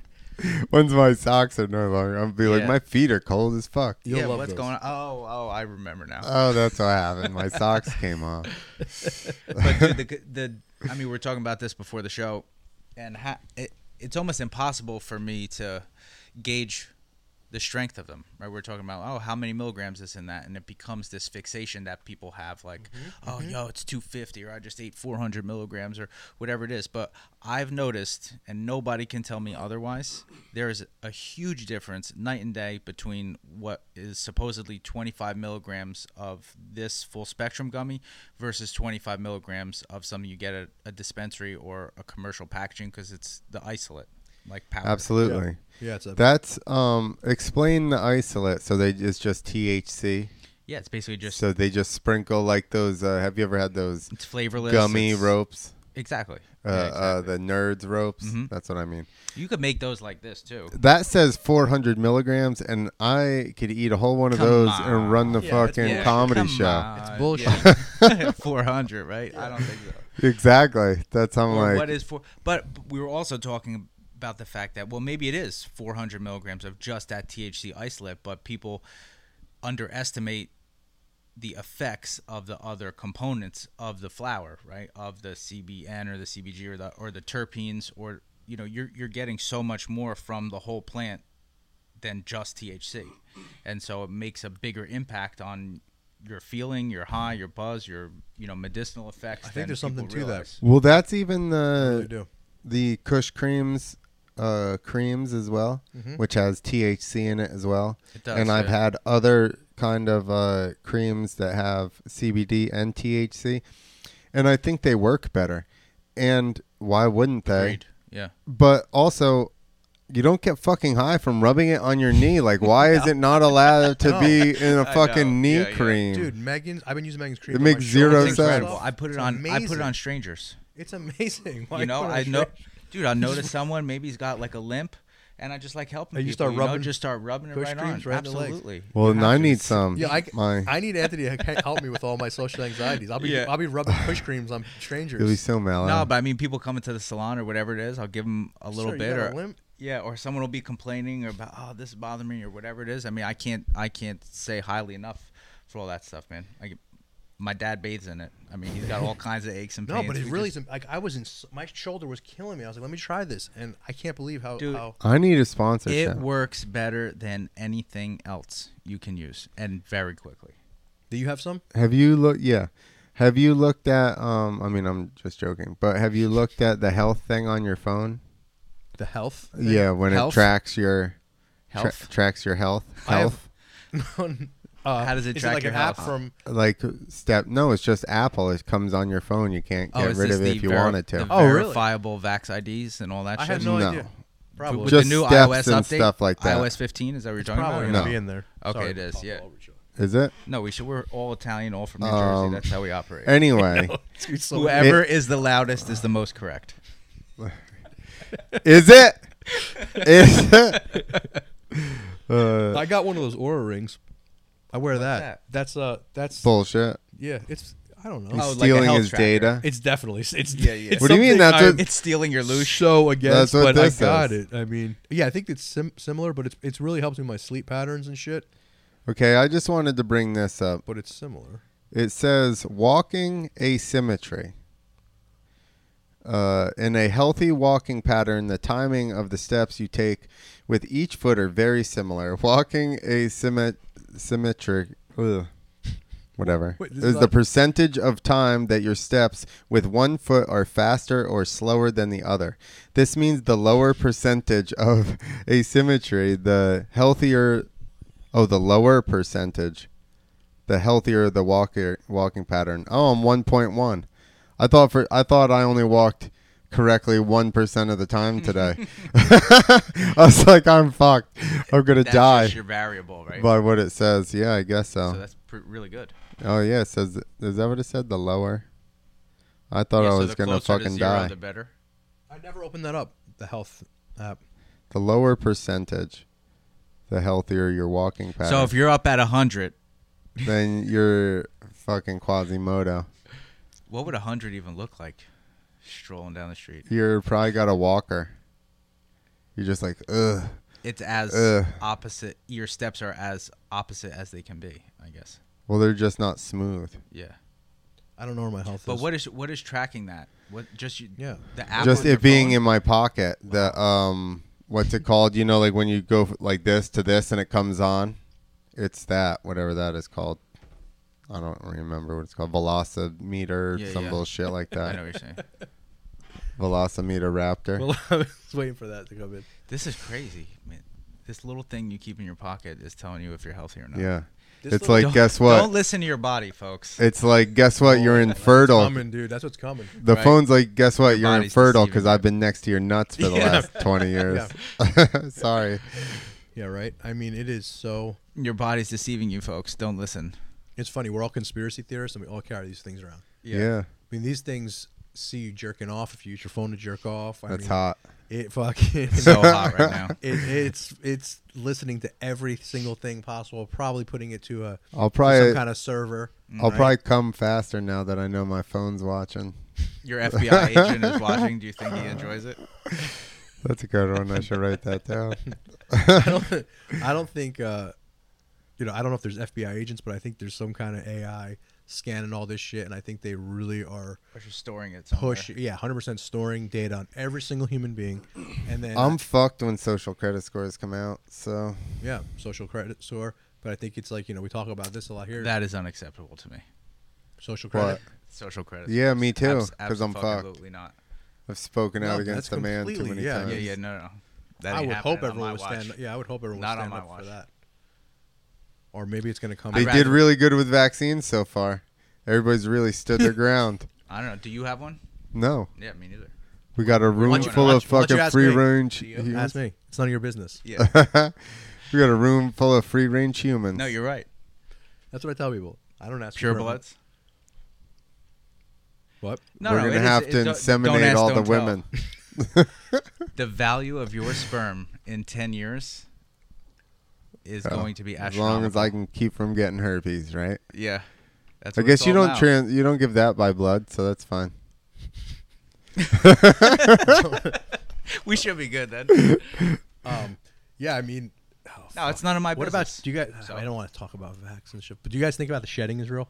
Once my socks are no longer, I'll be like,
Yeah.
my feet are cold as fuck.
yeah. What's going on? Oh, oh, I remember now.
Oh, that's what happened. My socks came off.
but dude, the, the I mean, we were talking about this before the show. and ha- it, it's almost impossible for me to gauge the strength of them right we're talking about oh how many milligrams this and that and it becomes this fixation that people have like
Mm-hmm.
oh yo it's 250 or i just ate 400 milligrams or whatever it is but i've noticed and nobody can tell me otherwise there is a huge difference night and day between what is supposedly 25 milligrams of this full spectrum gummy versus 25 milligrams of something you get at a dispensary or a commercial packaging because it's the isolate like powder
Absolutely.
Yeah, it's a
That's um explain the isolate. So they it's just THC.
yeah it's basically just
So they just sprinkle like those uh have you ever had those
It's flavorless.
gummy
it's-
ropes?
Exactly.
Uh,
Yeah,
uh
exactly. Mm-hmm.
the nerds ropes. That's what I mean.
you could make those like this too.
That says 400 milligrams, and I could eat a whole one of
Come
those
on.
and run the fucking
Yeah,
comedy
come
show.
on.
It's bullshit.
four hundred, right? I don't think so.
Exactly. That's how I'm
Or
like.
what is four? But we were also talking about the fact that well, maybe it is four hundred milligrams of just that THC isolate, but people underestimate the effects of the other components of the flower, right? Of the CBN or the CBG or the or the terpenes or you know, you're you're getting so much more from the whole plant than just THC. And so it makes a bigger impact on your feeling, your high, your buzz, your you know medicinal effects.
I think there's something to that.
well, that's even the
They do.
the Kush creams, uh, creams as well, which has THC in it as well.
Mm-hmm. It does,
and I've
yeah.
had other kind of uh, creams that have CBD and THC, and I think they work better. And why wouldn't they?
Agreed. Yeah.
but also you don't get fucking high from rubbing it on your knee. Like, why is it not allowed to be in a
I
fucking
know.
knee
Yeah, yeah.
cream?
Dude, Megan's. I've been using Megan's cream.
It
on my
makes
shoulder
zero
and
It's
sense.
incredible. I put it
It's
on. I put it
amazing.
on strangers.
It's amazing. Why
you know,
put it on
I
a
know,
shirt?
dude. I notice someone maybe he's got like a limp, and I just like helping.
And you
people,
start
know,
rubbing-
just start rubbing it
push
right on.
creams right in the leg.
Absolutely.
well, and I need some.
Yeah, I,
my,
I need Anthony to he- help me with all my social anxieties. I'll be
Yeah.
I'll be rubbing push creams on strangers.
it'll be so
uh,
mellow.
No, but I mean, people come into the salon or whatever it is. I'll give them a little
Sir, you
bit,
got
or
a limp?
yeah, or someone will be complaining or about oh this is bothering me or whatever it is. I mean, I can't I can't say highly enough for all that stuff, man. I get, my dad bathes in it. I mean, he's got all kinds of aches and
no,
pains.
but it
We
really
just-
is like I was in s- my shoulder was killing me. I was like, let me try this, and I can't believe how
Dude.
how
I need a sponsorship.
it works better than anything else you can use, and very quickly.
do you have some?
Have you looked? Yeah. Have you looked at? Um, I mean, I'm just joking, but have you looked at the health thing on your phone?
The health?
Yeah, when it
Health?
tracks your tra-
Health.
tracks your health,
I have-
health.
How does it
Is it
track
uh, like
your
an app
health?
from?
Like step no, it's just Apple. It comes on your phone. You can't
Oh,
get
is
rid
this
of it
the
if you
veri-
wanted to.
The
Oh, really?
verifiable Vax IDs and all that
I
shit.
had no,
No.
idea. Probably.
With
Just
the new
steps
iOS
and
update,
stuff like that.
iOS 15 is that what you're talking
probably
about?
no.
gonna be in there.
Okay,
Sorry.
it is. Yeah.
Is it?
No, we should. We're all Italian, all from New
Um,
Jersey. That's how we operate.
Anyway,
Dude, so
Whoever is the loudest is the most correct.
Is it? Is it? Uh,
I got one of those aura rings. I wear that.
that?
That's uh that's
bullshit.
yeah, it's I don't know.
He's
Oh, like a
stealing
health
his
tracker.
data.
It's definitely it's
Yeah, yeah.
it's
What do you mean?
something
That's
I'm
what-
It's stealing your louche.
so against,
That's what
but I
this
got
is.
it. I mean, yeah, I think it's sim- similar, but it's it's really helps me with my sleep patterns and shit.
okay, I just wanted to bring this up.
But it's similar.
It says walking asymmetry. Uh, in a healthy walking pattern, the timing of the steps you take with each foot are very similar. Walking asymmetric, symmetric, ugh, whatever,
Wait, this
is,
is
the
not-
percentage of time that your steps with one foot are faster or slower than the other. This means the lower percentage of asymmetry, the healthier, oh, the lower percentage the healthier the walker walking pattern. Oh, I'm 1.1. I thought for I thought I only walked correctly 1% of the time today. I was like I'm fucked. I'm going to
That's
die
just your variable, right?
by what it says. Yeah, I guess so.
so that's pr- really good.
oh yeah, it says is that what it said the lower? I thought
Yeah,
I
so
was
the
going to
closer
fucking
zero,
die.
The better.
I never opened that up. The health app.
The lower percentage the healthier your walking pattern.
So if you're up at hundred,
then you're fucking Quasimodo.
what would hundred even look like? Strolling down the street,
You're probably got a walker. You're just like, ugh.
it's as
Ugh.
opposite. Your steps are as opposite as they can be, I guess.
Well, they're just not smooth.
Yeah.
I don't know where my health
But
is.
what is what is tracking that? What just you,
Yeah.
the app
just
on your
it being
phone?
in my pocket. The um, what's it called? You know, like when you go f- like this to this and it comes on. It's that whatever that is called. I don't remember what it's called. Velocimeter,
Yeah,
some
yeah.
bullshit like
I know
that.
what you're saying.
Velocimeter Raptor.
Well, I was waiting for that to come in.
This is crazy, man. This little thing you keep in your pocket is telling you if you're healthy or not.
yeah,
This
it's
little-
like
Don't-
guess what?
Don't listen to your body, folks.
It's like guess what? You're infertile.
Coming, dude. That's what's coming.
Oh. The
Right.
phone's like, guess what?
Your
You're
body's
infertile
deceiving
because I've been next to your nuts for the
Yeah.
last 20 years. Sorry.
Yeah, right. I mean, it is so.
Your body's deceiving you, folks. Don't listen.
It's funny. We're all conspiracy theorists, and we all carry these things around.
Yeah.
I mean, these things see you jerking off if you use your phone to jerk off. I
That's
mean,
hot.
It fucking.
So hot right now.
it, it's it's listening to every single thing possible. Probably putting it to a
I'll probably-
some kind of server.
I'll
mm, right?
probably come faster now that I know my phone's watching.
Your FBI agent is watching. Do you think he enjoys it?
That's a good one. I should write that down.
I don't, I don't think, uh, you know, I don't know if there's FBI agents, but I think there's some kind of AI scanning all this shit, and I think they really are
Or just storing it somewhere?
push, yeah, 100% storing data on every single human being, and then
I'm fucked when social credit scores come out. So
yeah, social credit score. But I think it's like you know we talk about this a lot here.
That is unacceptable to me.
social
What?
credit.
Social credit.
Yeah, me too,
Abs-
'cause I'm fucked.
Absolutely not.
I've spoken out
No,
against
that's
the man too
completely-
many
yeah,
times.
Yeah, yeah, no, no. That
I
ain't
would hope
happening on
everyone
my
would
watch.
stand. Yeah, I would hope everyone
Not
would
on
stand
my
up
watch.
for that. Or maybe it's gonna come.
They
back.
did
rather-
really good with vaccines so far. Everybody's really stood their ground.
I don't know. Do you have one?
No,
Yeah, me neither.
we got a
Why
room
don't you-
full
why
of
don't you- why don't you
fucking
ask
free
me?
range.
Do you? Ask me. It's none of your business.
Yeah.
We got a room full of free range humans.
no, you're right.
That's what I tell people. I don't ask.
Pure
for-
Bloods.
What?
No,
We're
no,
gonna
it is-
have
it-
to
don't- don't
inseminate
ask,
all the
don't tell.
women.
The value of your sperm in ten years is going to be
Oh. as
astronomical.
long as I can keep from getting herpes, right?
yeah. That's
I
what it's
guess you
all
don't
about.
trans, you don't give that by blood, so that's fine.
We should be good then.
Um, Yeah, I mean. oh,
No, it's none of my
What about
business.
do you guys?
So-
I don't want to talk about vaccine shit, but do you guys think about the shedding is real?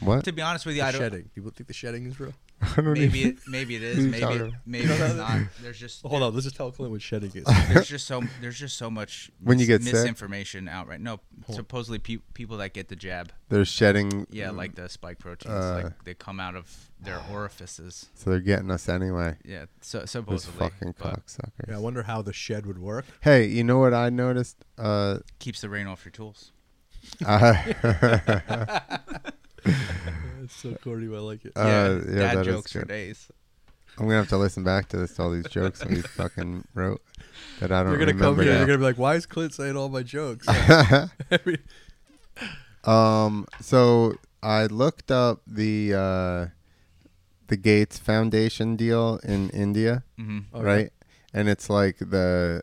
What?
To be honest with you,
The
I don't.
shedding. People think the shedding is real.
I don't
Maybe
even-
it, maybe it is.
Who's
Maybe
talking
it,
about?
maybe it's not. There's just
Hold on, let's just tell Clint what shedding is.
there's just so there's just so much
When you
mis-
get sick?
misinformation out right. No, supposedly pe- people that get the jab,
they're shedding.
yeah,
Mm.
like the spike proteins,
Uh,
like they come out of their orifices.
so they're getting us anyway.
Yeah, so
Those
supposedly
fucking
but
cocksuckers.
yeah, I wonder how the shed would work.
Hey, you know what I noticed? Uh,
keeps the rain off your tools.
I,
It's so corny, I like it.
Uh, yeah,
yeah,
that
dad
is
jokes for
good.
days.
I'm gonna have to listen back to this to all these jokes that we fucking wrote that I don't
You're gonna come
remember.
here.
now.
You're gonna be like, "Why is Clint saying all my jokes?"
Um, so I looked up the uh, the Gates Foundation deal in India,
Mm-hmm.
Oh,
right? And it's like the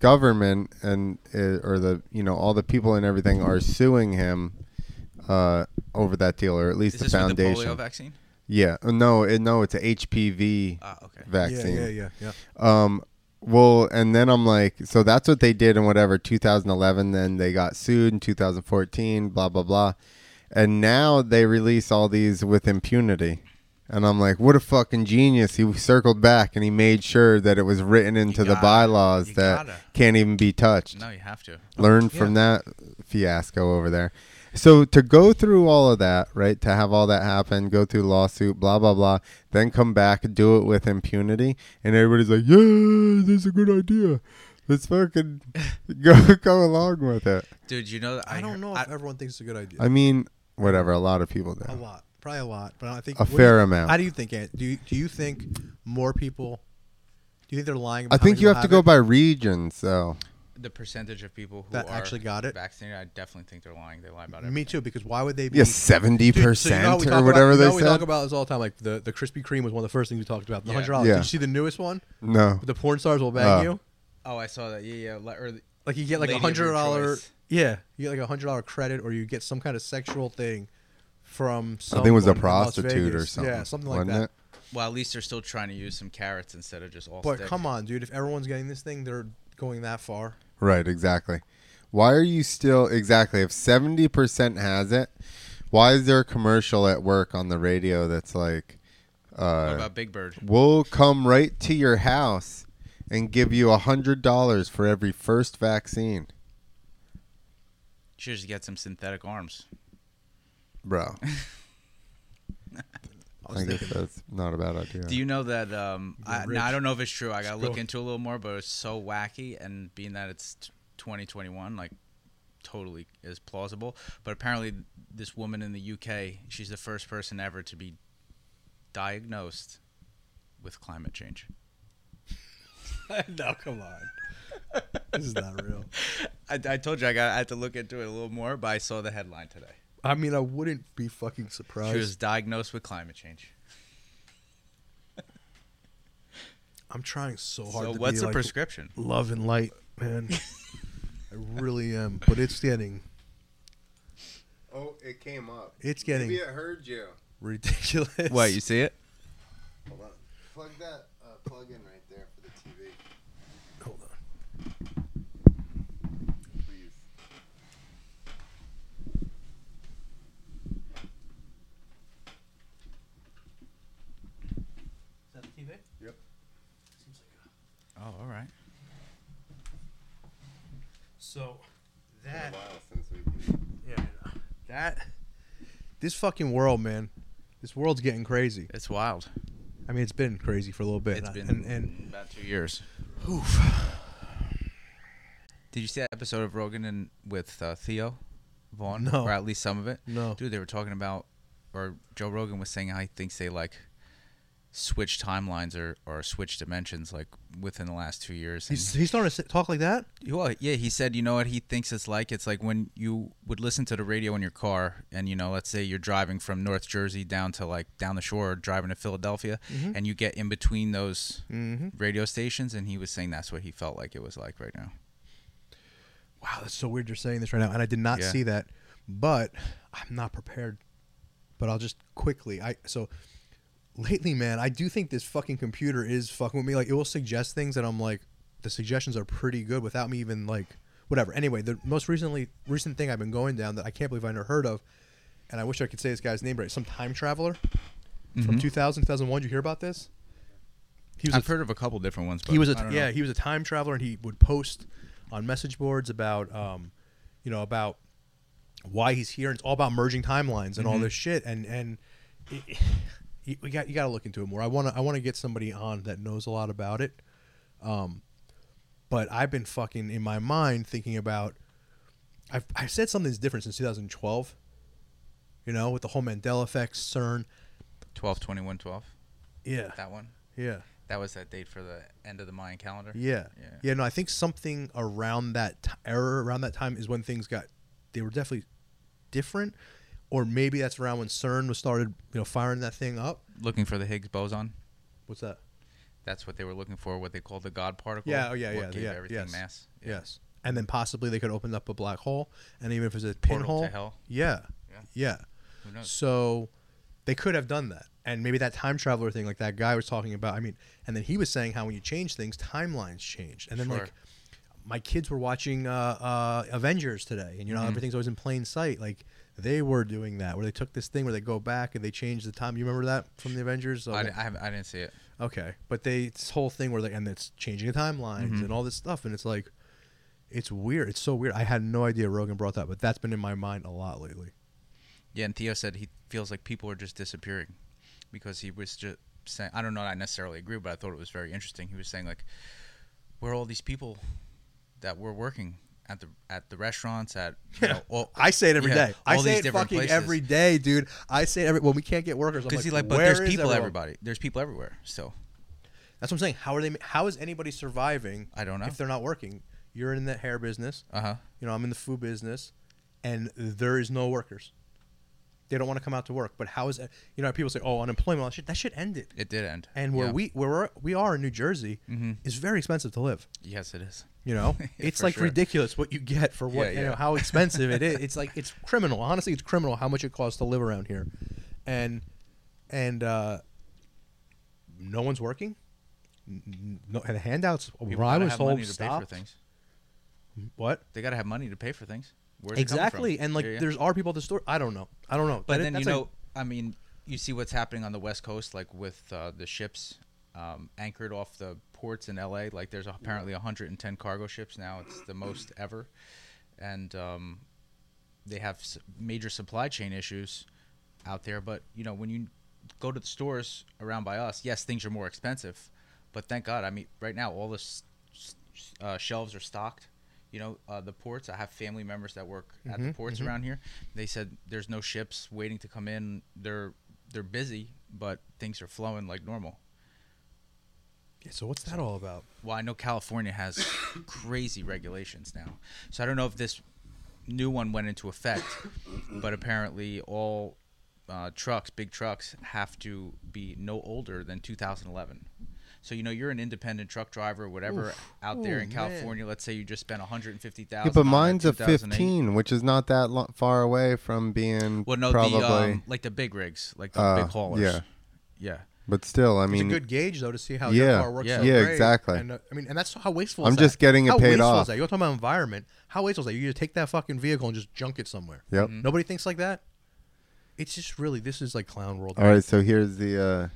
government and uh, or the you know all the people and everything are suing him uh, over that deal, or at least
Is
the
this with the
foundation.
polio vaccine?
yeah, Uh, no, it, no, it's a HPV
Ah, okay.
yeah,
vaccine.
yeah, yeah, yeah.
Well, and then I'm like, so that's what they did in whatever 2011. Then they got sued in 2014, blah blah blah, and now they release all these with impunity. And I'm like, what a fucking genius! He circled back and he made sure that it was written into the
gotta.
bylaws
You
that
gotta.
can't even be touched.
No, you have to.
Learn from that fiasco over there. So to go through all of that, right? To have all that happen, go through lawsuit, blah blah blah, then come back, do it with impunity, and everybody's like, "Yeah, this is a good idea. Let's fucking go go along with it."
Dude, you know that
I don't
heard-
know
I,
if everyone thinks it's a good idea.
I mean, whatever. A lot of people
a
do.
lot, probably a lot, but I think
A
what do
fair
you-
amount.
How do you think? Ant? Do you, do you think more people? Do you think they're lying? About
I
how many
think you
people
have to go
it?
by regions, though.
the percentage of people who
That
are
actually got it?
vaccinated, I definitely think they're lying. They lie about
Me
everything.
too, because why would they be?
Yeah, seventy
Dude, so you know how we
percent
talk
or whatever
about, you know
they
we
said.
talk about this all the time. Like the, the Krispy Kreme was one of the first things we talked about. The
Yeah.
hundred dollars.
Yeah.
Did you see the newest one?
no,
The porn stars will bang
Oh.
you.
Oh, I saw that. Yeah, yeah. le- Or the-
Like you get like a
Lady of your
hundred dollar.
choice.
Yeah, you get like a hundred dollar credit, or you get some kind of sexual thing from.
I
Some
think it was a
woman in Las
prostitute or
Vegas.
something.
Yeah, something like
wasn't
that.
it?
well, at least they're still trying to use some carrots instead of just all.
But come on, dude! If everyone's getting this thing, they're going that far.
Right, exactly. Why are you still exactly if seventy percent has it? Why is there a commercial at work on the radio that's like,
What about Big Bird?
We'll come right to your house and give you a hundred dollars for every first vaccine,
Should just get some synthetic arms.
bro.
I was
I guess
thinking,
that's not a bad idea.
Do you know that? Um, I,
rich.
now, I don't know if it's true. I gotta look
go.
into it a little more, but it's so wacky, and being that it's t- 2021, like totally is plausible. But apparently, this woman in the UK, she's the first person ever to be diagnosed with climate change.
no, come on. this is not real.
I, I told you I got I had to look into it a little more, but I saw the headline today.
I mean, I wouldn't be fucking
She
surprised.
was diagnosed with climate change.
I'm trying so hard.
So
to
what's
be
a
like
prescription?
Love and light, man. I really am, but it's getting
oh, it came up.
It's getting-
Maybe it heard you.
ridiculous.
What you see it?
Hold on. Plug that uh, plug in right there for the TV.
Hold on.
Please.
Is that the TV?
Yep.
Seems like a-
Oh, all right.
So
Been
that
a while since we.
yeah, I know. that this fucking world, man. This world's getting crazy.
It's wild.
I mean, it's been crazy for a little bit.
It's
and-
been
and, and
about two years. Did you see that episode of Rogan and with uh, Theo Vaughn?
No.
Or at least some of it?
No.
Dude, they were talking about, or Joe Rogan was saying how he thinks they like switch timelines or, or switch dimensions like within the last two years.
he's
And-
he's starting to s- talk like that.
well, yeah, he said, you know what he thinks it's like? It's like when you would listen to the radio in your car, and, you know, let's say you're driving from North Jersey down to like down the shore, driving to Philadelphia,
Mm-hmm.
and you get in between those radio stations. And he was saying that's what he felt like it was like right now.
Wow, that's so weird. You're saying this right now, and I did not
Yeah.
see that, but I'm not prepared. But I'll just quickly. I so lately, man, I do think this fucking computer is fucking with me. Like it will suggest things that I'm like, the suggestions are pretty good without me even like whatever. Anyway, the most recently recent thing I've been going down that I can't believe I never heard of, and I wish I could say this guy's name right. Some time traveler from 2000 2001. Did you hear about this? He was a
Mm-hmm. I've heard of a couple different ones. But
he was
I
a
don't
yeah
know.
he was a time traveler and he would post on message boards about um you know about why he's here and it's all about merging timelines
Mm-hmm.
and all this shit and and it, it, we got you got to look into it more i want to i want to get somebody on that knows a lot about it um but i've been fucking in my mind thinking about i've i've said something's different since 2012 you know with the whole mandela effect cern
12, 21, 12.
yeah
That one.
yeah
That was that date for the end of the Mayan calendar.
Yeah.
Yeah.
yeah. no, I think something around that t- error around that time is when things got they were definitely different or maybe that's around when CERN was started, you know, firing that thing up.
Looking for the Higgs boson.
What's that?
That's what they were looking for, what they called the God particle.
Yeah, oh yeah,
what
yeah,
gave
yeah.
everything
yes.
mass.
Yes. And then possibly they could open up a black hole and even if it's a
Portal to
pinhole.
hell.
Yeah.
Yeah.
Yeah.
Who knows?
So they could have done that. And maybe that time traveler thing like that guy was talking about. I mean, and then he was saying how when you change things, timelines change. And then
Sure.
like my kids were watching uh, uh, Avengers today, and you know
Mm-hmm.
everything's always in plain sight. Like they were doing that, where they took this thing where they go back and they change the time. You remember that from the Avengers? Oh,
I,
Okay.
di- I, haven't- I didn't see it.
okay, but they this whole thing where they and it's changing the timelines
Mm-hmm.
and all this stuff, and it's like it's weird. It's so weird. I had no idea Rogan brought that, but that's been in my mind a lot lately.
Yeah, and Theo said he feels like people are just disappearing because he was just saying, I don't know, that I necessarily agree, but I thought it was very interesting. He was saying, like, where are all these people that were working at the at the restaurants, at, you know, all,
I say it every day.
yeah,
I
all
say
these
it
different
fucking
places.
every day, dude. I say it every when we can't get workers.
Because
Because
he's like, but there's people, everybody. There's people everywhere. So
That's what I'm saying. How are they? How is anybody surviving?
I don't know.
if they're not working. You're in the hair business.
Uh-huh.
You know, I'm in the food business, and there is no workers. They don't want to come out to work. But how is it? You know, people say, "Oh, unemployment." all that shit that shit ended.
it did end.
and where
Yeah.
we where we're, we are in New Jersey is very expensive to live.
Yes, it is.
You know, it's
For
like
sure.
ridiculous what you get for what
Yeah,
you know
yeah.
how expensive it is. It's like it's criminal. Honestly, it's criminal how much it costs to live around here, and and uh, no one's working. N- n- No, and the handouts.
People
where I
gotta
was
have
told
money to pay for
stopped.
things.
What
They got to have money to pay for things. Where's it coming from?
exactly? And like,
Yeah, yeah.
there's are people at the store. I don't know. I don't know.
But
That-
then you
that's like-
know, I mean, you see what's happening on the West Coast, like with uh, the ships um, anchored off the ports in LA. Like there's apparently 110 cargo ships now. It's the most ever, and um, they have s- major supply chain issues out there. But you know, when you go to the stores around by us, yes, things are more expensive, but thank God. I mean, right now all the s- s- uh, shelves are stocked. You know, uh, the ports. I have family members that work at the ports around here. They said there's no ships waiting to come in. They're they're busy, but things are flowing like normal.
Yeah, so what's that all about?
Well, I know California has crazy regulations now. So I don't know if this new one went into effect, but apparently all uh, trucks, big trucks, have to be no older than 2011. So you know you're an independent truck driver, whatever, out there in California. Let's say you just spent 150,000.
Yeah, but
on a
mine's a
2008
15, which is not that lo- far away from being
Well, no,
probably.
the um, like the big rigs, like the
Uh,
big haulers.
yeah.
yeah.
but still, I
It's
mean,
a good gauge though to see how
yeah,
your car works.
yeah.
so
yeah,
great.
exactly.
And, uh, I mean, and that's how wasteful.
I'm
is
just
that?
getting it
how
paid
wasteful
off.
Is that? You're talking about environment. How wasteful is that? You just take that fucking vehicle and just junk it somewhere.
Mm-hmm.
Yep. Mhm.
Nobody thinks like that. It's just really this is like clown world.
all right. So here's the uh,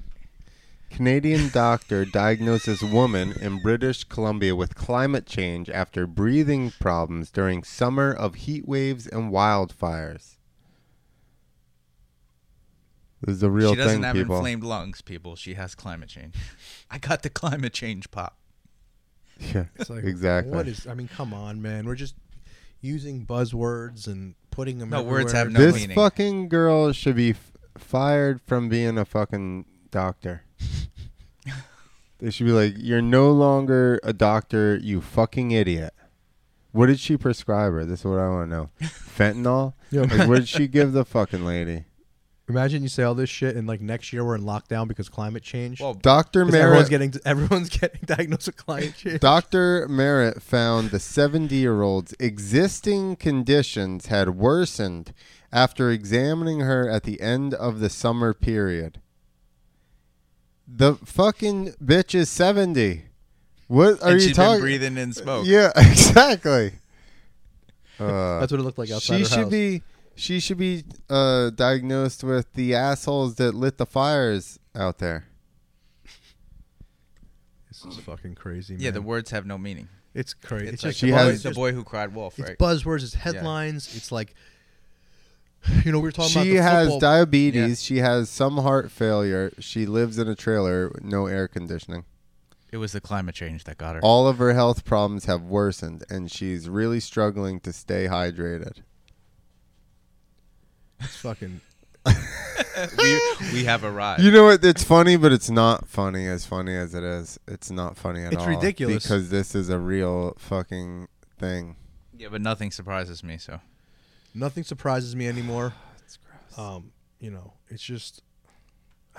Canadian doctor diagnoses woman in British Columbia with climate change after breathing problems during summer of heat waves and wildfires. This is the real
she doesn't
thing,
have
people.
inflamed lungs, people. She has climate change. I got the climate change pop.
Yeah,
It's like,
exactly.
What is? I mean, come on, man. We're just using buzzwords and putting them.
No, words
everywhere.
have no
this
meaning.
fucking girl should be f- fired from being a fucking doctor. they should be like, "You're no longer a doctor, you fucking idiot." What did she prescribe her? This is what I want to know. Fentanyl.
Yeah.
Like, what did she give the fucking lady?
Imagine you say all this shit, and like next year we're in lockdown because climate change.
Well,
Doctor
'Cause everyone's
Merritt.
getting everyone's getting diagnosed with climate change.
Dr. Merritt found the 70 year old's existing conditions had worsened after examining her at the end of the summer period. The fucking bitch is 70. What are
and
you
she's
talking
been breathing in smoke.
Yeah, exactly.
That's what it looked like outside
she
her
should
house.
be she should be uh, diagnosed with the assholes that lit the fires out there.
this is fucking crazy. Man.
Yeah, the words have no meaning.
It's crazy.
It's,
It's,
like
just
she
the,
has-
boy,
it's
the
just-
boy who cried wolf,
It's
right?
buzzwords. It's headlines. It's like, you know, we were talking
she
about. the
has
football-
diabetes. She has some heart failure. She lives in a trailer with no air conditioning.
it was the climate change that got her.
All of her health problems have worsened, and she's really struggling to stay hydrated.
It's fucking.
we, we have arrived.
You know what? It's funny, but it's not funny. As funny as it is, it's not funny at
It's
all.
ridiculous.
because this is a real fucking thing.
yeah, but nothing surprises me. So
Nothing surprises me anymore. Um, you know, it's just.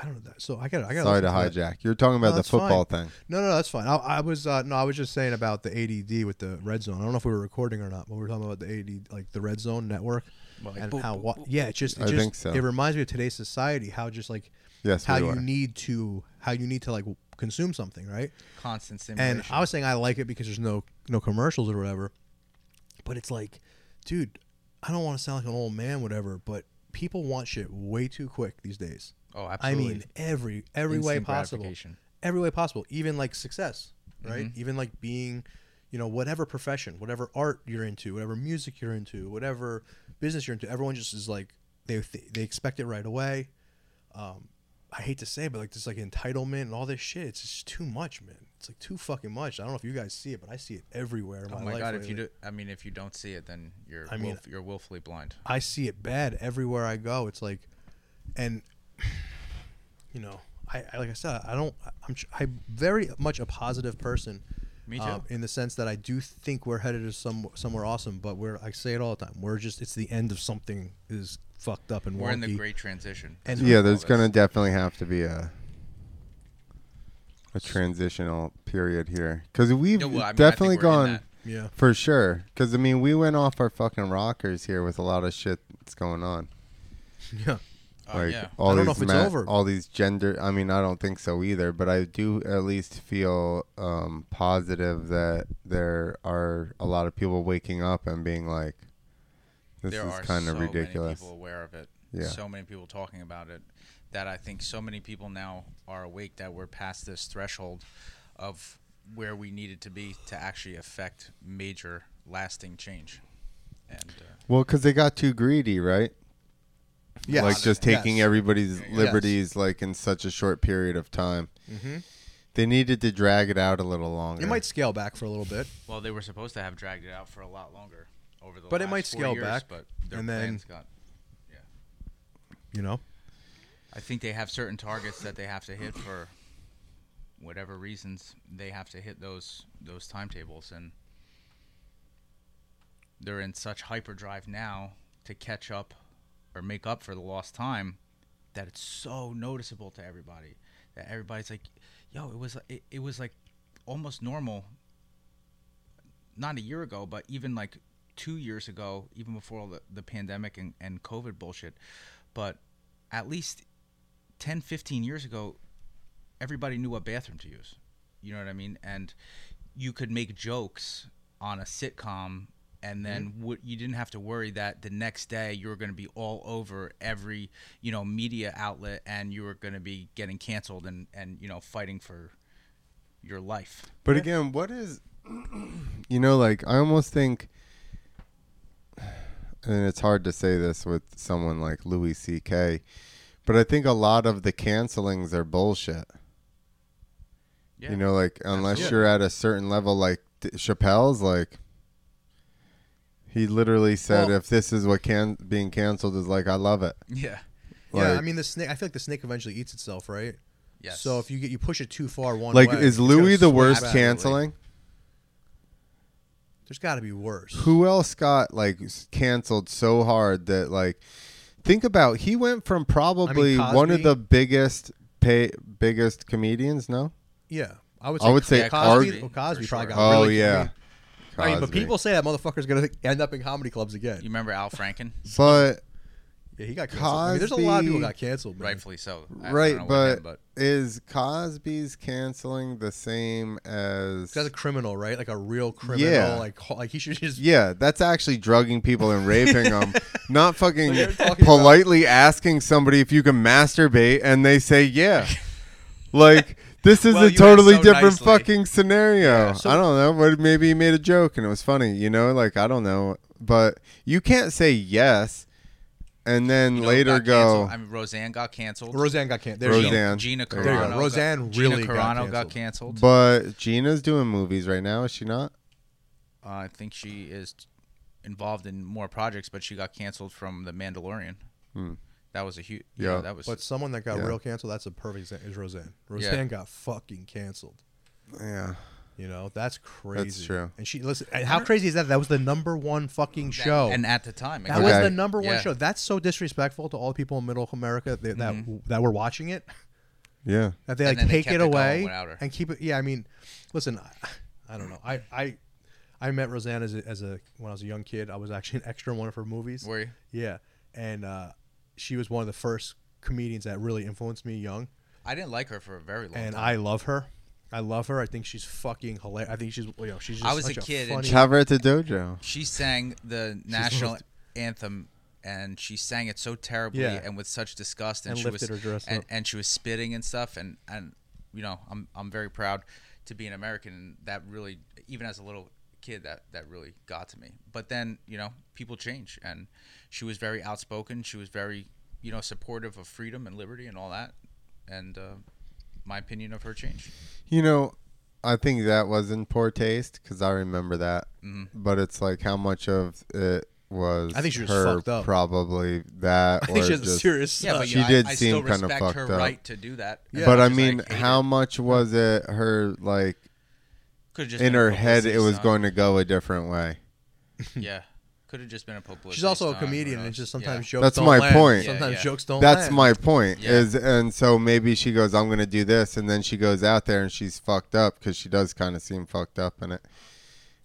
I don't know that. So I got. I got.
Sorry to hijack. You're talking about
No,
the
that's fine.
football thing.
No, no, that's fine. I, I was uh, no, I was just saying about the ADD with the red zone. I don't know if we were recording or not, but we were talking about the AD, like the red zone network,
Well, like,
and
boop,
how
boop,
wa- yeah, it just, it
I
just
think so.
it reminds me of today's society. How just like
Yes,
how
we
you
were.
need to how you need to like consume something, right?
constant stimulation.
And I was saying I like it because there's no no commercials or whatever. But it's like, dude, I don't want to sound like an old man, whatever. But people want shit way too quick these days.
oh,
I
absolutely.
mean, every every way
Instant
possible,
gratification. Mm-hmm.
every way possible. Even like success, right? Even like being, you know, whatever profession, whatever art you're into, whatever music you're into, whatever business you're into. Everyone just is like they they expect it right away. I hate to say, it, but like this like entitlement and all this shit, it's just too much, man. It's like too fucking much. I don't know if you guys see it, but I see it everywhere in my,
oh my
life.
god! If you
lately.
do, I mean, if you don't see it, then you're
I mean-
willf- you're willfully blind.
I see it bad everywhere I go. It's like, and you know, I, I like I said, I don't. I'm tr- I'm very much a positive person. um,
Me too.
in the sense that I do think we're headed to some somewhere awesome, but we're I say it all the time. We're just it's the end of something is fucked up and
We're in the
wonky.
great transition.
and
Yeah, there's gonna definitely have to be a a transitional period here because we've
No, well, I mean, I think
definitely
we're in
gone
that.
yeah.
for sure. Because I mean, we went off our fucking rockers here with a lot of shit that's going on.
Yeah.
Oh,
like
yeah.
I
all
don't
these
know if it's
ma-
over.
all these gender. I mean, I don't think so either. But I do at least feel um, positive that there are a lot of people waking up and being like, "This
there
is
are
kind
so
of ridiculous."
Many people aware of it.
Yeah.
So many people talking about it. that I think so many people now are awake that we're past this threshold of where we needed to be to actually affect major lasting change. And uh,
Well, because they got too greedy, right?
Yes.
Like just taking
Yes.
everybody's liberties, like in such a short period of time. Mm-hmm. They needed to drag it out a little longer.
It might scale back for a little bit.
well, they were supposed to have dragged it out for a lot longer over the
But it
last
might
four
scale
years,
back,
But their
and then-
plans got. Yeah,
You know.
I think they have certain targets that they have to hit for whatever reasons they have to hit those those timetables and they're in such hyperdrive now to catch up or make up for the lost time that it's so noticeable to everybody that everybody's like yo it was it, it was like almost normal not a year ago but even like two years ago even before all the, the pandemic and, and covid bullshit but at least 10 15 years ago everybody knew what bathroom to use you know what i mean and you could make jokes on a sitcom and then
Mm-hmm.
what you didn't have to worry that the next day you were going to be all over every you know media outlet and you were going to be getting canceled and and you know fighting for your life
But again, what is you know, like I almost think and it's hard to say this with someone like Louis CK, but I think a lot of the cancelings are bullshit.
yeah
You know, like unless
Absolutely.
you're at a certain level like D- Chappelle's like he literally said
Well-
if this is what can being canceled is like I love it.
yeah
yeah,
Like-
I mean the snake. I feel like the snake eventually eats itself, right?
yes
So if you get you push it too far one
Like
way, it's
is
gonna
Louis the
swing
worst
back.
canceling?
There's got to be worse.
who else got like s- canceled so hard that like think about he went from probably one of
Cosby?
the biggest pay biggest comedians no
Yeah, I would. Say
I would say
Cosby.
arg-
oh, Cosby probably
For sure.
got.
oh
really
yeah
I mean, but
Cosby.
people say that motherfucker's gonna end up in comedy clubs again.
you remember al franken
but
Yeah, he got canceled. I mean, there's a lot of people
Cosby-
that got canceled. Man.
rightfully so I- I
right
don't know what
but,
him, but
is cosby's canceling the same as
That's a criminal, right? Like a real criminal.
Yeah.
Like, ho- like he should just.
yeah that's actually drugging people and raping them not fucking
Like, they're talking
politely asking somebody if you can masturbate and they say yeah like this is
Well,
a
you
totally
asked so
different
nicely.
fucking scenario
so-
i don't know but maybe he made a joke and it was funny you know like i don't know but you can't say yes and then
you know,
later
got canceled.
go
I mean, Roseanne got canceled.
Roseanne got canceled. There
Roseanne.
Roseanne.
Gina
There you go.
Carano.
Roseanne
got,
really
Gina
got
Carano got
canceled.
canceled.
but gina's doing movies right now is she not
Uh, I think she is involved in more projects, but she got canceled from The Mandalorian. That was a huge. Yeah,
Yeah.
that was.
But someone that got
Yeah.
real canceled, that's a perfect example, is Roseanne. Roseanne got fucking canceled.
yeah
You know, that's crazy.
true.
And she, listen, and how crazy is that? That was the number one fucking show.
and at the time,
that
it
was
Okay.
the number one
Yeah.
show. That's so disrespectful to all the people in middle America that, that, that were watching it.
yeah
that they
Mm-hmm. And
like
then they
take
kept it
it
going
away
without her.
and keep it. Yeah, I mean, listen, I, I don't know. I I I met Roseanne as a, as a when I was a young kid. I was actually an extra in one of her movies.
Were you?
Yeah, and uh, she was one of the first comedians that really influenced me young,
I didn't like her for a very long
and
time.
I love her. I love her. I think she's fucking hilarious. I think she's you know she's. Just
I was
such
a kid and
funny-
she-
cover at the dojo
she sang the national anthem and she sang it so terribly
Yeah.
and with such disgust and,
And
she
lifted her
was
dress
and,
up.
and she was spitting and stuff and and you know I'm I'm very proud to be an American and that really even as a little kid that that really got to me but then you know people change and she was very outspoken she was very you know supportive of freedom and liberty and all that and uh, my opinion of her changed
You know, I think that was in poor taste because I remember that.
Mm-hmm.
But it's like how much of it was
I think she was
her
fucked up.
probably that.
I think
or
she has a
just-
serious.
yeah
uh,
but
She
you know,
did
I, I
seem
still
kinda
respect her
fucked up.
right to do that as
but
much
I
as
mean,
hate
how
it.
much was it her like
Could've just
in
been a
her head?
publicity
It was
stunt.
going to go a different way.
Yeah. Could have just been a publicist.
she's also a comedian, and it's just sometimes jokes.
That's
don't
my
land.
point. Yeah,
Sometimes
yeah.
jokes don't.
That's
land.
my point.
Yeah.
Is and so maybe she goes, I'm going to do this, and then she goes out there and she's fucked up because she does kind of seem fucked up in it,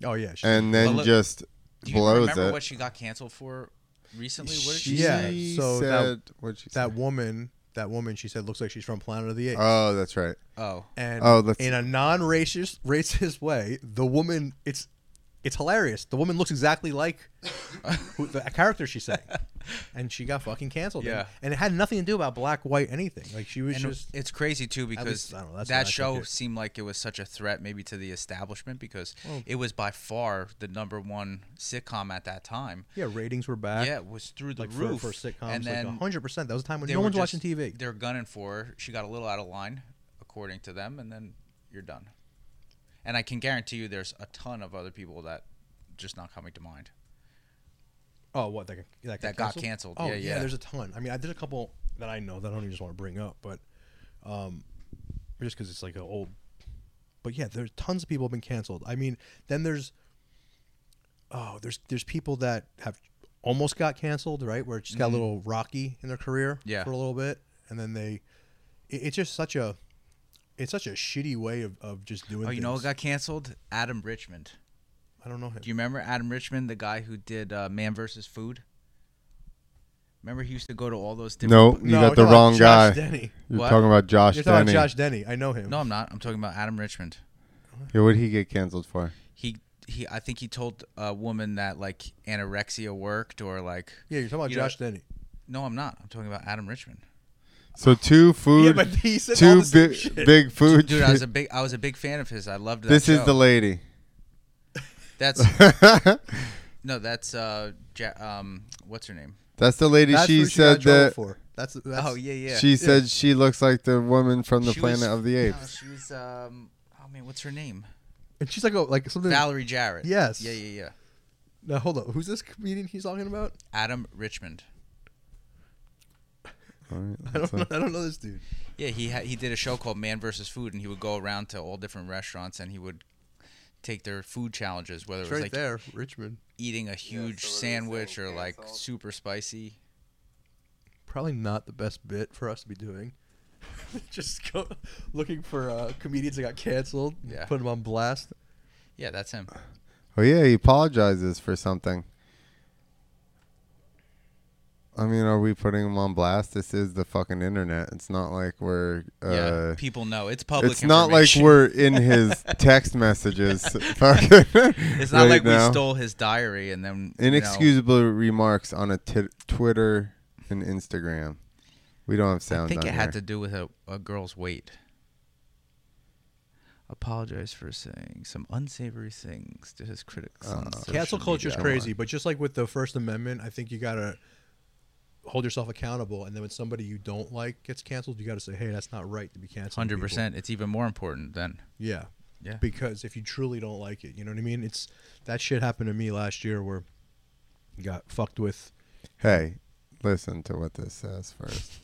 Oh yeah. she's-
and then
Well, look,
just
Do you
blows
remember
it.
what she got canceled for recently? What did she,
she
Yeah,
say?
so that-
said, what'd she
that
say?
woman. That woman. She said looks like she's from Planet of the Apes.
Oh, that's right.
Oh.
and
Oh, that's-
in a non-racist racist way, the woman it's It's hilarious. The woman looks exactly like who, the character she sang, and she got fucking canceled.
Yeah.
and it had nothing to do about black, white, anything. Like she was
And
just
it's crazy too because
least- I don't know, that's what I
that
think
show
it-
seemed like it was such a threat maybe to the establishment because it was by far the number one sitcom at that time.
yeah, ratings were back.
Yeah, it was through the
like
roof.
for, for sitcoms,
and then
like hundred percent. That was a time when
they
no
were
one's
just-
watching TV.
They're gunning for her. She got a little out of line, according to them, and then you're done. And I can guarantee you, there's a ton of other people that just not coming to mind.
Oh, what that, that,
That got canceled.
Oh
Yeah, yeah.
There's a ton. I mean, I did a couple that I know that I don't even just want to bring up, but um, just because it's like an old. But yeah, there's tons of people have been canceled. I mean, then there's oh, there's there's people that have almost got canceled, right? Where it just got a little rocky in their career
Mm-hmm. Yeah.
for a little bit, and then they. It, it's just such a, it's such a shitty way of, of just doing.
Oh, you know what
things.
got canceled? Adam Richmond.
I don't know him.
Do you remember Adam Richmond, the guy who did uh, Man vs. Food? Remember he used to go to all those
No,
different.
No,
you
we're
got the
talking about
wrong
Josh
guy.
Denny.
You're
What?
talking about Josh
You're talking
Denny.
about Josh Denny. I know him.
No, I'm not. I'm talking about Adam Richmond.
Yeah, what'd he get canceled for?
He he. I think he told a woman that like anorexia worked or like.
Yeah, you're talking about
you know-
Josh Denny.
No, I'm not. I'm talking about Adam Richmond.
So two food,
Yeah, but he said all
two
the same
big,
shit.
big food.
Dude, I was a big I was a big fan of his. I loved that
this is
show.
the lady.
That's no, that's uh, ja- um, what's her name?
That's the lady.
That's
she
who got in
said
trouble
that.
For. That's, that's
Oh yeah, yeah.
She said she looks like the woman from the
She
Planet
was-
of the
no,
Apes.
she was um, oh man, what's her name?
And she's like, oh, like something.
Valerie Jarrett.
Yes.
Yeah, yeah, yeah.
now hold up, who's this comedian he's talking about?
Adam Richmond.
All right,
I
that's
don't, know,
it.
I don't know this dude.
Yeah, he ha- he did a show called Man vs. Food, and he would go around to all different restaurants, and he would take their food challenges, whether
It's
it was
right
like
there, Richmond.
eating a huge
so what are they
sandwich or
saying,
like
canceled?
super spicy.
Probably not the best bit for us to be doing. Just go looking for uh, comedians that got canceled.
Yeah.
Put them on blast.
Yeah, that's him.
Oh yeah, he apologizes for something. I mean, are we putting him on blast? This is the fucking internet. It's not like we're. Uh,
yeah, people know it's public.
it's not like
information.
we're in his text messages. fucking
It's not
right
like
now.
we stole his diary and then you know-
inexcusable remarks on a t- Twitter and Instagram. We don't have sound.
I think
on
it had to
here.
do with a, a girl's weight. Apologize for saying some unsavory things to his critics. on
Oh,
social
Cancel culture is
media.
crazy, but just like with the First Amendment, I think you gotta hold yourself accountable. And then when somebody you don't like gets canceled, you gotta say, hey, that's not right to be canceled.
Hundred percent. It's even more important then.
Yeah.
Yeah.
Because if you truly don't like it, you know what I mean? It's that shit happened to me last year where I got fucked with
Hey, listen to what this says first.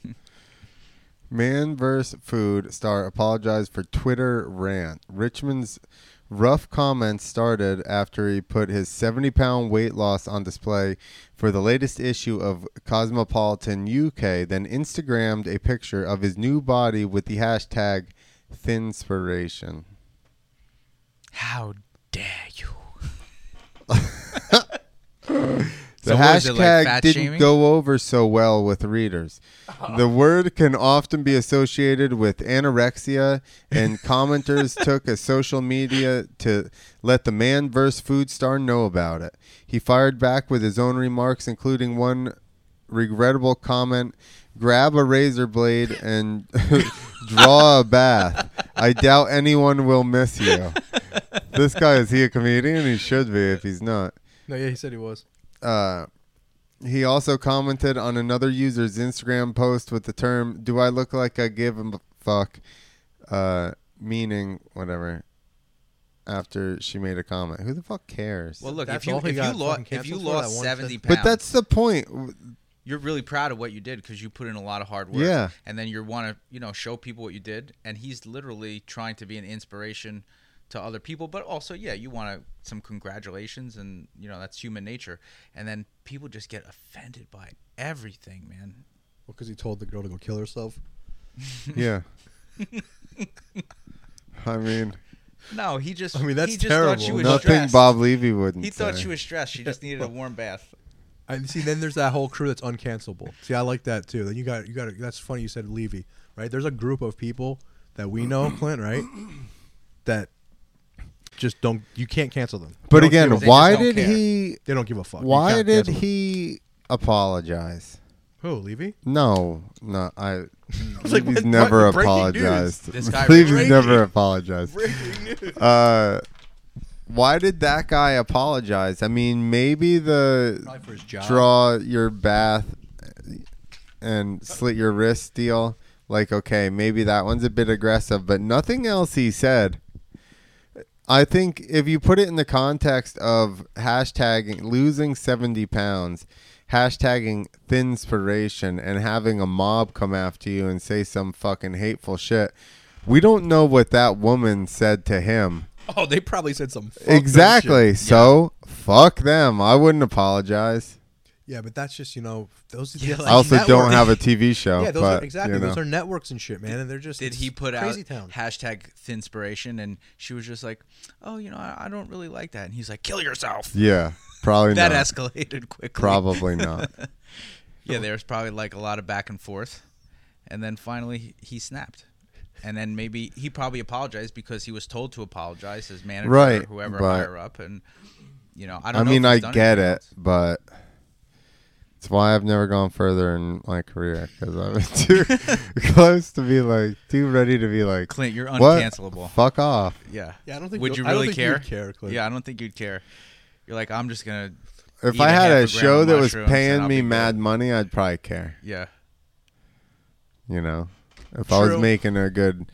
Man vs. Food star apologized for Twitter rant. Richmond's rough comments started after he put his 70 pound weight loss on display for the latest issue of Cosmopolitan UK, then Instagrammed a picture of his new body with the hashtag Thinspiration.
How dare you?
The
So what is it,
hashtag
like fat
didn't
shaming?
go over so well with readers. The word can often be associated with anorexia, and commenters took a social media to let the man versus food star know about it. He fired back with his own remarks, including one regrettable comment grab a razor blade and draw a bath. I doubt anyone will miss you. This guy, is he a comedian? He should be if he's not.
No, yeah, he said he was.
Uh, he also commented on another user's Instagram post with the term "Do I look like I give a fuck?" Uh, meaning whatever. After she made a comment, who the fuck cares?
Well, look
That's
if you
all he
if you,
got
lo-
fucking
if you
canceled for, that
lost
one
seventy pounds,
but that's the point.
you're really proud of what you did because you put in a lot of hard work.
Yeah.
And then you want to, you know, show people what you did. And he's literally trying to be an inspiration to other people, but also, yeah, you want to, some congratulations, and you know that's human nature. And then people just get offended by everything, man.
Well, because he told the girl to go kill herself.
Yeah. I mean,
No, he just.
I mean, that's
he just Thought she
terrible.
was
nothing
stressed.
Bob Levy wouldn't.
He thought
say.
she was stressed. She just needed a warm bath.
And see, then there's that whole crew that's uncancelable. See, I like that too. Then you got you got that's funny. You said Levy, right? There's a group of people that we know, Clint, right? That just don't. You can't cancel them.
But
They don't
again,
give a-
just
why
don't
did
care.
he?
they don't give a fuck. You
Why
can't
did
cancel them.
he apologize?
Who Levy?
No, no, I.
like,
Levy's
what-
never
what- breaking news.
apologized.
This guy-
Levy's
breaking-
never apologized. Uh, why did that guy apologize? I mean, maybe the
Probably for his job.
draw your bath and slit your wrist deal. Like, okay, maybe that one's a bit aggressive, but nothing else he said. I think if you put it in the context of hashtagging losing 70 pounds, hashtagging thinspiration, and having a mob come after you and say some fucking hateful shit, we don't know what that woman said to him.
Oh, they probably said some. fucked up shit.
exactly. So fuck them. I wouldn't apologize.
Yeah, but that's just you know those.
Yeah,
that's
like-
I also don't
network-
have a TV show.
Yeah, those
but,
are exactly.
you know.
Those are networks and shit, man, and they're just.
did he
it's
put out
crazy town?
hashtag thinspiration and she was just like oh you know I, I don't really like that and he's like kill yourself
Yeah, probably
that
not.
escalated quickly
Probably not.
yeah there was probably like a lot of back and forth and then finally he- he snapped and then maybe he probably apologized because he was told to apologize his manager
Right,
or whoever
but-
higher up and you know i
I
don't know if
mean, I
he's done
get
anything
it,
else.
but it's why I've never gone further in my career because I'm too close to be like too ready to be like
Clint, you're
"What?
uncancelable."
Fuck off.
yeah
Yeah, I don't think
would
you'll-
you
I don't
really
think
care
you'd care, Clint.
yeah i don't think you'd care you're like i'm just gonna
If
eat
I had
half
a,
gram
show
of
that was
mushrooms and
paying
I'll
me
be
mad
good.
money, I'd probably care.
yeah
You know, if I was
True.
making a good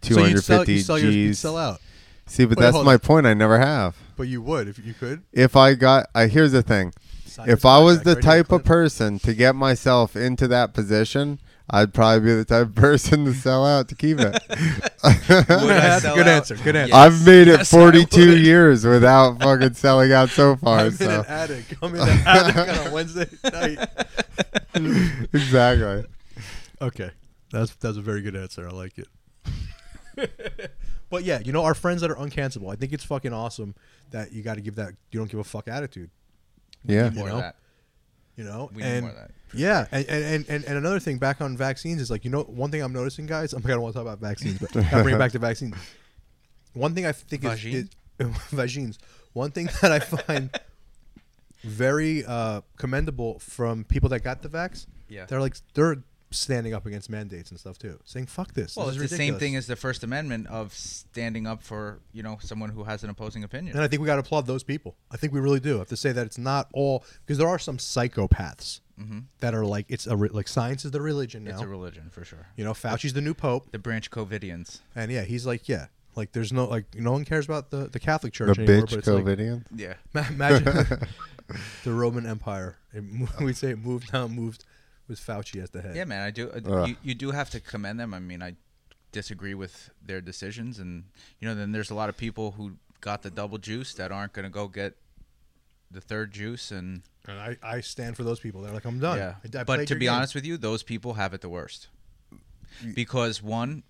two
So you'd
hundred
sell,
fifty
you sell, your, you'd
G's.
sell out,
See, but
Wait,
that's
hold
my
on.
point. I never have.
but you would if you could.
If I got, I here's the thing.
Sign
if
this
I was
contract
the
right here,
type of
Clint.
person to get myself into that position, I'd probably be the type of person to sell out to keep it.
Would I
That's a
sell
good
out?
answer, good answer.
I've made it
Yes, I
42
would.
years without fucking selling out so far.
I'm in
so
an attic. I'm in an attic on a Wednesday night.
exactly.
Okay, that's that's a very good answer. I like it. but yeah, you know our friends that are uncancelable. I think it's fucking awesome that you got to give that you don't give a fuck attitude.
Yeah.
more
know?
of that
You know,
We need
and
more of that, for
yeah, and, and, and, and, and another thing back on vaccines is like you know one thing I'm noticing, guys. I'm gonna want to talk about vaccines, but I bring it back to vaccines. One thing I think is,
Vagine?
is vagines. One thing that I find very uh, commendable from people that got the vax.
Yeah.
they're like they're standing up against mandates and stuff too, saying "fuck this."
well
this
it's
is
the same
ridiculous."
thing as the first amendment of standing up for you know someone who has an opposing opinion
And I think we got to applaud those people. I think we really do have to say that it's not all because there are some psychopaths that are like it's a re- like science is the religion now.
Mm-hmm. it's a religion for sure
you know, Fauci's the new pope,
the branch covidians
and yeah, he's like yeah, like there's no like no one cares about the the Catholic
The
Church anymore.
bitch
but it's like,
COVIDian.
yeah
ma- imagine the Roman Empire. It mo- we say it moved now moved with Fauci as the head.
Yeah, man, I do. uh,
Ugh.
You, you do have to commend them. I mean, I disagree with their decisions, and you know, then there's a lot of people who got the double juice that aren't going to go get the third juice, and
and I, I stand for those people. They're like I'm done.
yeah.
Oh, I- I
but
played
to
your
be
game.
honest with you, those people have it the worst because one,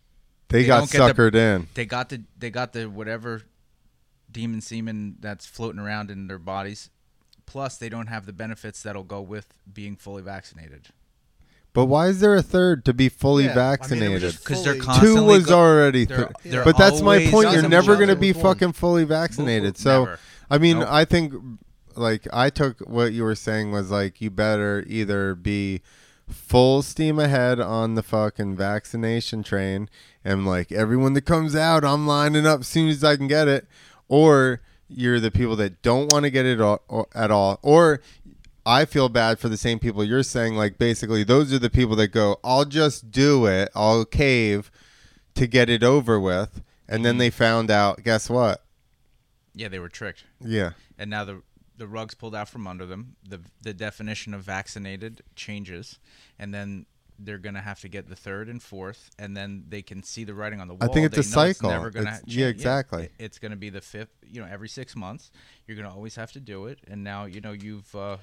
They,
They
got
don't get the-
suckered in.
they got the they got the whatever demon semen that's floating around in their bodies. Plus, they don't have the benefits that'll go with being fully vaccinated
But why is there a third to be fully
Yeah, I mean, it was
vaccinated?
just
because they're
Fully- Two
constantly
Two was
go-
already,
they're-
thir-
they're
but that's my
always
point. You're
on
never
each
going to
other.
be
With one.
fucking fully vaccinated.
Nope,
So,
never.
I mean,
Nope.
I think like I took what you were saying was like you better either be full steam ahead on the fucking vaccination train and like everyone that comes out, I'm lining up as soon as I can get it, or you're the people that don't want to get it all, or, at all, or I feel bad for the same people you're saying. Like, basically, those are the people that go, I'll just do it, I'll cave to get it over with. And
Mm.
then they found out, guess what?
Yeah, they were tricked.
Yeah.
and now the the rug's pulled out from under them. The the definition of vaccinated changes, and then they're gonna have to get the third and fourth, and then they can see the writing on the wall.
think it's
They
a
know
cycle.
never gonna
It's-
change.
yeah, exactly.
it- it's gonna be the fifth. You know, every six months, you're gonna always have to do it. And now you know you've uh,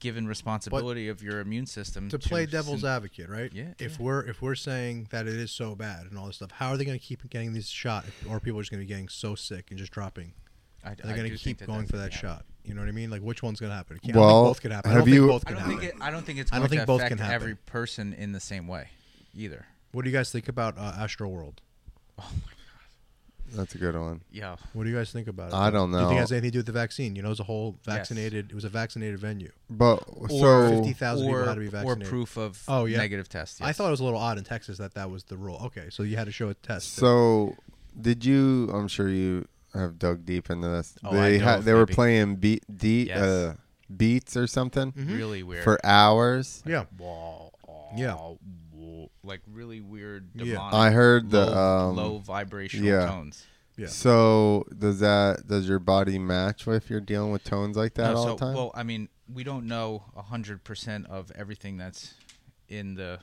given responsibility of your immune system
to play
syn-
devil's advocate, right?
Yeah,
If
yeah.
we're if we're saying that it is so bad and all this stuff, how are they going to keep getting this shot? If, or people are just going to be getting so sick and just dropping.
I-
Are they
I
going
do
to
think
keep going
that's
for that
gonna happen.
shot? You know what I mean? Like which one's going to happen? I can't- I
Well,
think both can happen. I
have
don't
you-
think both
I
can
don't
happen.
think it, I don't think it's
I
going
don't
to
think both
affect
can happen.
every person in the same way, either.
what do you guys think about uh, Astro World?
That's a good one.
Yo,
What do you guys think about it?
I don't
Do you think it
know.
has anything to do with the vaccine? You know, it was a whole vaccinated. It was a vaccinated venue.
But
Or
so
50,000 people
or,
had to be
or
vaccinated.
proof of
Oh, yeah.
negative test.
I
yes.
thought it was a little odd in Texas that that was the rule. Okay, so you had to show a test.
so did you? I'm sure you have dug deep into this.
Oh, I
they
know
ha-
of
they were
maybe-
playing beat de-
Yes. Mm-hmm.
uh, beats or something
really weird.
for hours.
yeah,
Wah,
Yeah.
wah, wah. like really weird.
Yeah.
Demonic,
I heard the,
low,
um,
low vibrational
yeah.
tones.
yeah.
So does that does your body match if you're dealing with tones like that
No,
all
so,
the time?
Well, I mean, we don't know hundred percent of everything that's in the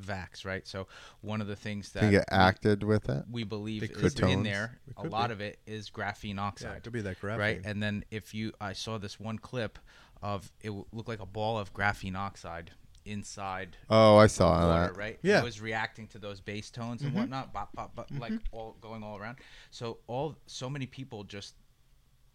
vax, right? So one of the things that
Can you get
we-
acted with it?
we believe
It
is
could be.
in there.
It
A
could
lot
be.
of it is graphene oxide.
could be that
Right,
graphene.
and then if you, I saw this one clip of it w- looked like a ball of graphene oxide inside
Oh, I saw
water,
that.
right?
Yeah. Mm-hmm.
It was reacting to those bass tones and whatnot, bop, bop, bop, like all going all around. So all so many people just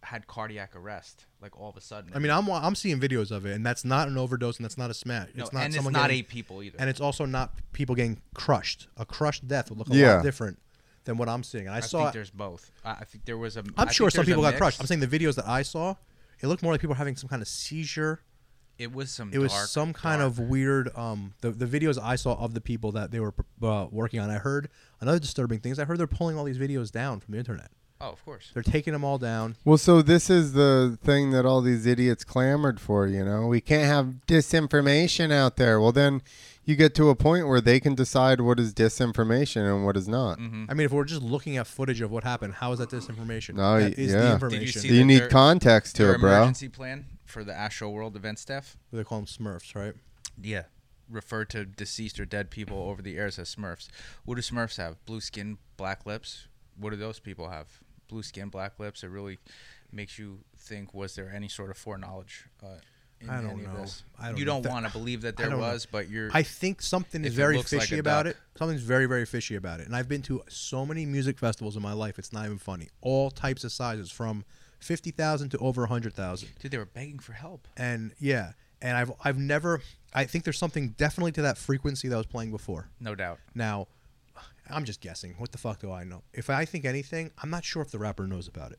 had cardiac arrest, like all of a sudden.
I mean, I'm wa- I'm seeing videos of it, and that's not an overdose, and that's not a smash.
no,
it's not
and it's
someone
not
getting,
eight people either.
and it's also not people getting crushed. A crushed death would look a
Yeah.
lot different than what I'm seeing. And I,
I
saw.
think there's both. I, I think there was a.
I'm
I
sure
think
some
there's a
people got
mix.
crushed. I'm saying the videos that I saw, it looked more like people were having some kind of seizure.
it was some.
It was
dark-
some kind
dark-
of weird. Um, the the videos I saw of the people that they were uh, working on, I heard another disturbing thing is I heard they're pulling all these videos down from the internet.
Oh, of course.
They're taking them all down.
Well, so this is the thing that all these idiots clamored for, you know? We can't have disinformation out there. Well, then you get to a point where they can decide what is disinformation and what is not.
Hmm.
I mean, if we're just looking at footage of what happened, how is that disinformation?
No,
that is
yeah. Did
the
you
information.
see
You
that
need
they're-
context to
Their
it, bro.
emergency plan for the Astro World event staff.
They call them Smurfs, right?
Yeah. Refer to deceased or dead people over the airs as Smurfs. What do Smurfs have? Blue skin, black lips. What do those people have? Blue skin, black lips. It really makes you think. Was there any sort of foreknowledge? Uh, in
I don't
any of
know.
this?
I don't
you
know.
don't
That-
want to believe that
I
there
don't know.
was, but you're.
I think something is
If it
very
looks like
fishy
a
about
duck.
it. Something's very, very fishy about it. And I've been to so many music festivals in my life. It's not even funny. All types of sizes, from fifty thousand to over hundred thousand.
dude, they were begging for help.
And yeah, and I've I've never. I think there's something definitely to that frequency that was playing before.
No doubt.
Now, I'm just guessing. What the fuck do I know? If I think anything, I'm not sure if the rapper knows about it,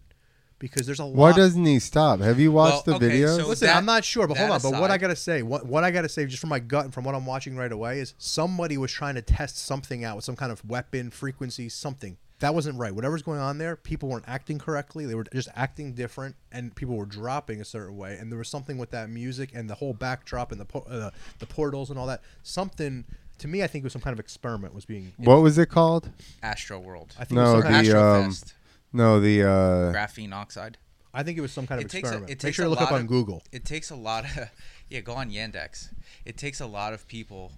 because there's a
Why
lot.
doesn't he stop? Have you watched
Well,
the
okay,
videos?
so-
Listen,
that-
I'm not sure, but hold on.
that
but what I
aside-
gotta say, what what I gotta say, just from my gut and from what I'm watching right away, is somebody was trying to test something out with some kind of weapon, frequency, something. That wasn't right. Whatever's going on there, people weren't acting correctly. They were just acting different, and people were dropping a certain way. And there was something with that music and the whole backdrop and the po- uh, the portals and all that. Something to me, I think, was some kind of experiment was being.
what was it called?
Astro World.
I think it was
No,
some kind
the
Astrofest.
um, no, the uh,
graphene oxide.
I think it was some kind of
it takes a,
experiment.
it takes
Make sure
a
you look up
lot
on
of-
Google.
It takes a lot of yeah, go on Yandex. It takes a lot of people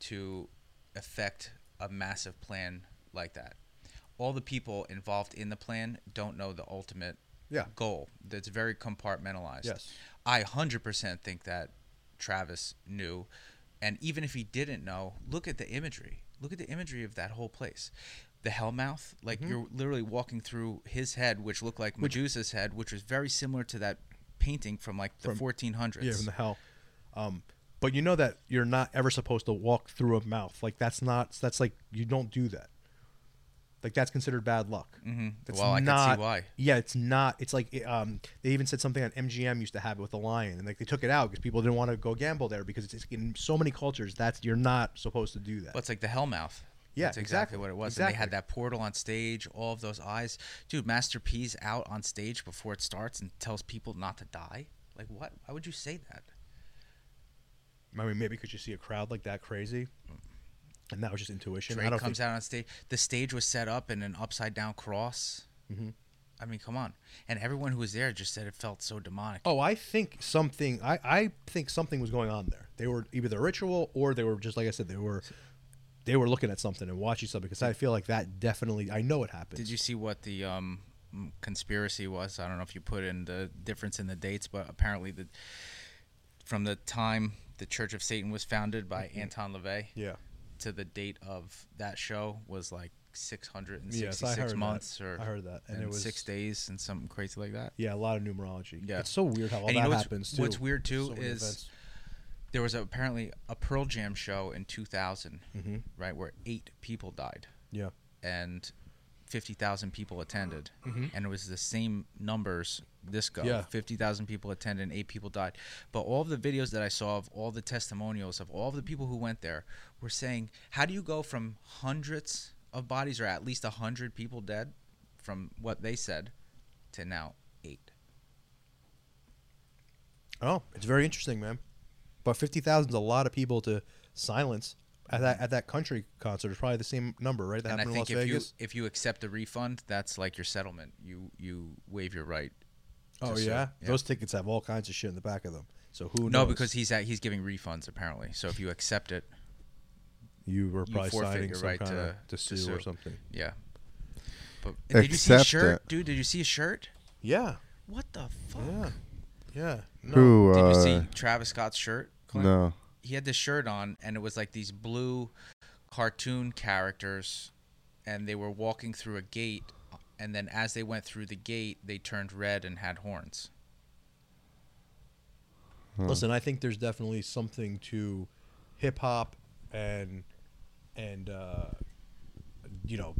to affect a massive plan like that. All the people involved in the plan don't know the ultimate
Yeah.
goal. That's very compartmentalized.
Yes.
I 100% think that Travis knew. And even if he didn't know, look at the imagery. Look at the imagery of that whole place. The Hellmouth, like
Mm-hmm.
you're literally walking through his head, which looked like Medusa's head, which was very similar to that painting from like the 1400s.
Yeah, from the hell. Um, but you know that you're not ever supposed to walk through a mouth. Like that's not. That's like you don't do that. Like that's considered bad luck. Mm-hmm. That's
Well, I can see
not,
why.
Yeah, it's not. It's like it, um, they even said something on MGM used to have it with the lion, and like they took it out because people didn't want to go gamble there because it's, it's in so many cultures that's you're not supposed to do that.
But it's like the Hellmouth.
Yeah,
That's exactly,
exactly,
what it was. And they had
exactly.
that portal on stage, all of those eyes. Dude, Master P's out on stage before it starts and tells people not to die. Like, what? Why would you say that?
I mean, maybe because you see a crowd like that crazy, and that was just intuition. I
Drake
don't
comes
think,
out on stage. The stage was set up in an upside down cross.
Mm-hmm.
I mean, come on. And everyone who was there just said it felt so demonic.
Oh, I think something. I, I think something was going on there. They were either the ritual or they were just like I said. They were they were looking at something and watching something because I feel like that definitely. I know it happened.
Did you see what the um, m- conspiracy was? I don't know if you put in the difference in the dates, but apparently the from the time the Church of Satan was founded by Anton LaVey
Mm-hmm. Yeah.
to the date of that show was like
Yes,
666
I heard that.
months or
I heard that, and it was-
six days and something crazy like that.
Yeah, a lot of numerology.
Yeah.
it's so weird how all
And you
that
know what's-
happens too.
what's weird, too,
So many
is-
events.
there was apparently a Pearl Jam show in 2000, right, where eight people died,
yeah,
and fifty thousand people attended, and it was the same numbers. This go
Yeah.
fifty thousand people attended, and eight people died. But all the videos that I saw of all the testimonials of all the people who went there were saying, "How do you go from hundreds of bodies, or at least a hundred people dead, from what they said, to now eight?
Oh, it's very interesting, man. But fifty thousand is a lot of people to silence at that at that country concert. It's probably the same number, right? That
and I
happened in Las
think if
Vegas.
you if you accept the refund, that's like your settlement. You you waive your right. to
oh
sue.
yeah? those tickets have all kinds of shit in the back of them. So who knows?
no, because he's at, he's giving refunds apparently. So if you accept it,
you were
you
probably
forfeit
signing
your
some
right
kind
to-
of to
to
sue,
sue.
or something.
yeah. But and did you see a
Accept
shirt,
it.
dude? Did you see a shirt?
Yeah,
What the fuck?
yeah, yeah. No.
Who?
Did you
Uh,
see Travis Scott's shirt? Clint?
no.
He had this shirt on, and it was like these blue cartoon characters, and they were walking through a gate, and then as they went through the gate, they turned red and had horns.
Listen, I think there's definitely something to hip hop and and uh, you know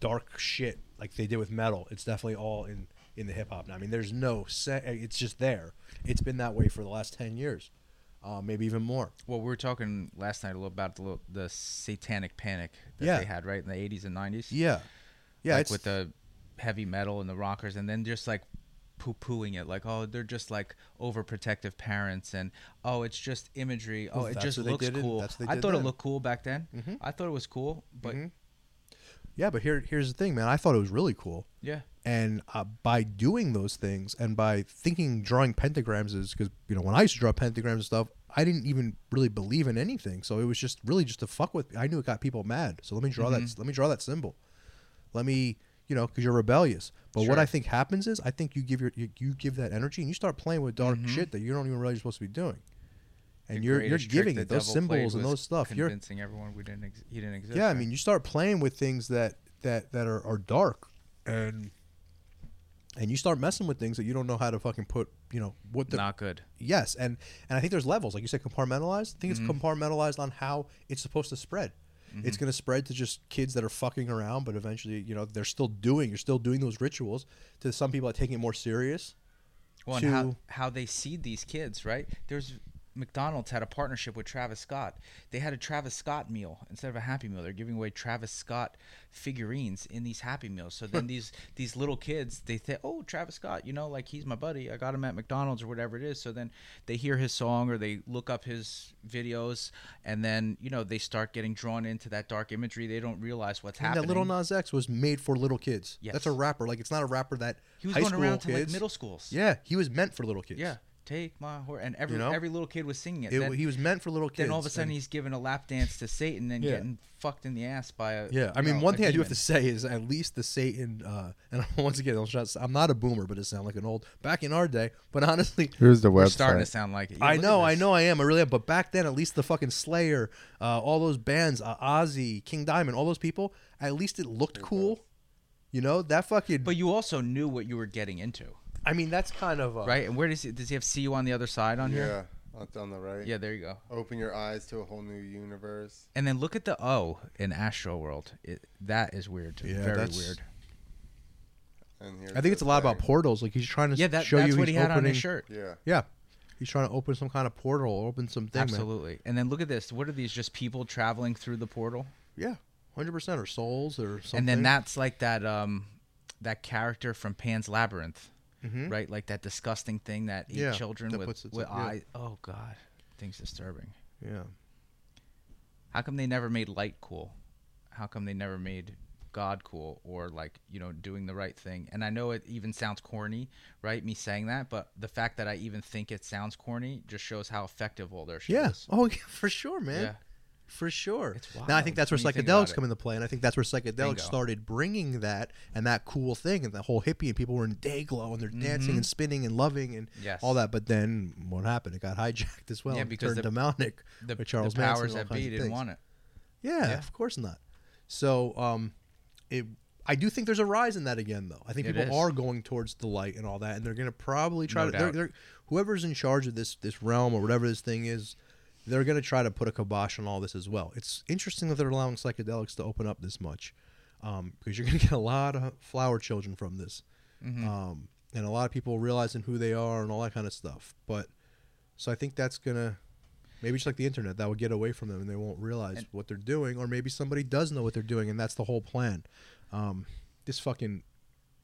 dark shit like they did with metal. It's definitely all in in the hip hop now. I mean, there's no se- it's just there. It's been that way for the last ten years, uh, maybe even more.
Well, we were talking last night a little about the, little, the satanic panic that
Yeah.
they had, right, in the 80s and 90s?
Yeah, yeah.
like
it's
with the heavy metal and the rockers, and then just like poo pooing it, like, oh, they're just like overprotective parents, and oh, it's just imagery. Oh,
Well,
it
that's
just
what they
looks
did in-
cool.
that's what they
I
did
thought it
then. Mm-hmm.
looked cool back then. I thought it was cool, but
yeah. But here here's the thing, man. I thought it was really cool.
yeah.
and uh, by doing those things and by thinking drawing pentagrams is because you know when i used to draw pentagrams and stuff i didn't even really believe in anything so it was just really just to fuck with me i knew it got people mad so let me draw
Mm-hmm.
that let me draw that symbol let me you know because you're rebellious but what i think happens is i think you give your you, you give that energy and you start playing with dark shit that you don't even realize you're supposed to be doing and
Mm-hmm. The
you're you're
greatest trick
giving
the
it those
devil played
symbols and
was
those stuff you're
Convincing everyone we didn't ex- he didn't exist.
yeah, I
man.
mean, you start playing with things that that that are, are dark, and and you start messing with things that you don't know how to fucking put. You know what? The,
not good.
Yes, and and I think there's levels, like you said, compartmentalized. I think
Mm-hmm.
it's compartmentalized on how it's supposed to spread. It's going to spread to just kids that are fucking around, but eventually, you know, they're still doing. You're still doing those rituals. To some people, are taking it more serious.
Well, and how,
to-
how they seed these kids, right? There's McDonald's had a partnership with Travis Scott. They had a Travis Scott meal instead of a Happy Meal. They're giving away Travis Scott figurines in these Happy Meals. So then these these little kids, they think, "Oh, Travis Scott, you know, like he's my buddy. I got him at McDonald's or whatever it is." So then they hear his song or they look up his videos, and then you know they start getting drawn into that dark imagery. They don't realize what's
And
happening.
that little Nas X was made for little kids.
Yes.
That's a rapper. Like it's not a rapper that
he was
high
going
school
around to
kids.
like middle schools.
Yeah, he was meant for little kids.
Yeah. Take my horse, and every
know?
every little kid was singing it.
It-
Then-
he was meant for little kids.
then all of a sudden
and-
he's giving a lap dance to Satan and
Yeah.
getting fucked in the ass by a
Yeah, I
you
mean,
know,
one
a
thing I do have
demon.
to say is at least the Satan, uh, and once again, I'm not, I'm not a boomer, but it sounds like an old back in our day. But honestly,
Here's the
We're starting to
website.
sound like it. Yeah,
I
look at
know, I
this.
know, I am, I really am. But back then, at least the fucking Slayer, uh, all those bands, uh, Ozzy, King Diamond, all those people, at least it looked cool. You know that fucking.
But you also knew what you were getting into,
I mean, that's kind of uh,
right? And where does he does he have see you on the other side on here?
Yeah, that's on the right.
Yeah, there you go.
Open your eyes to a whole new universe.
And then look at the O in Astro World. It, that is weird.
Yeah,
Very
that's-
weird.
And here's
I think it's a
the
lot
thing.
about portals. Like he's trying to
Yeah, that,
show
that's
you
what he
he's
had on
opening-
his shirt.
Yeah.
Yeah, he's trying to open some kind of portal, or open some thing. man.
Absolutely. And then look at this. What are these? Just people traveling through the portal?
Yeah, hundred percent, or souls, or something.
and then that's like that um that character from Pan's Labyrinth, right? Like that disgusting thing that ate
Mm-hmm. Yeah,
children
that puts
with
it
with
up, yeah.
eyes. Oh God, things disturbing.
Yeah.
How come they never made light cool? How come they never made God cool or like you know doing the right thing? And I know it even sounds corny, right? Me saying that, but the fact that I even think it sounds corny just shows how effective all their shit
Yeah.
is.
Oh, yeah, for sure, man.
Yeah.
For sure.
It's
Now I
wild
think that's where
when you think about
psychedelics
it.
come into play, and I think that's where psychedelics
Bingo.
started bringing that and that cool thing and the whole hippie and people were in day glow and they're dancing and spinning and loving and
Mm-hmm. Yes.
all that. But then what happened? It got hijacked as well.
Yeah,
and
because
turned
the-
demonic.
The,
with Charles
the
Manson
powers
and all
that
kinds
be
of
didn't
things.
want it.
Yeah,
Yeah.
of course not. So, um, it. I do think there's a rise in that again, though. I think
It
people
is.
are going towards the light and all that, and they're going to probably try
No
to. They're,
doubt.
they're, whoever's in charge of this this realm or whatever this thing is, they're going to try to put a kibosh on all this as well. It's interesting that they're allowing psychedelics to open up this much. um, because you're going to get a lot of flower children from this,
Mm-hmm.
um, and a lot of people realizing who they are and all that kind of stuff. But so I think that's going to maybe just like the internet that will get away from them and they won't realize what they're doing, or maybe somebody does know what they're doing and that's the whole plan. Um, this fucking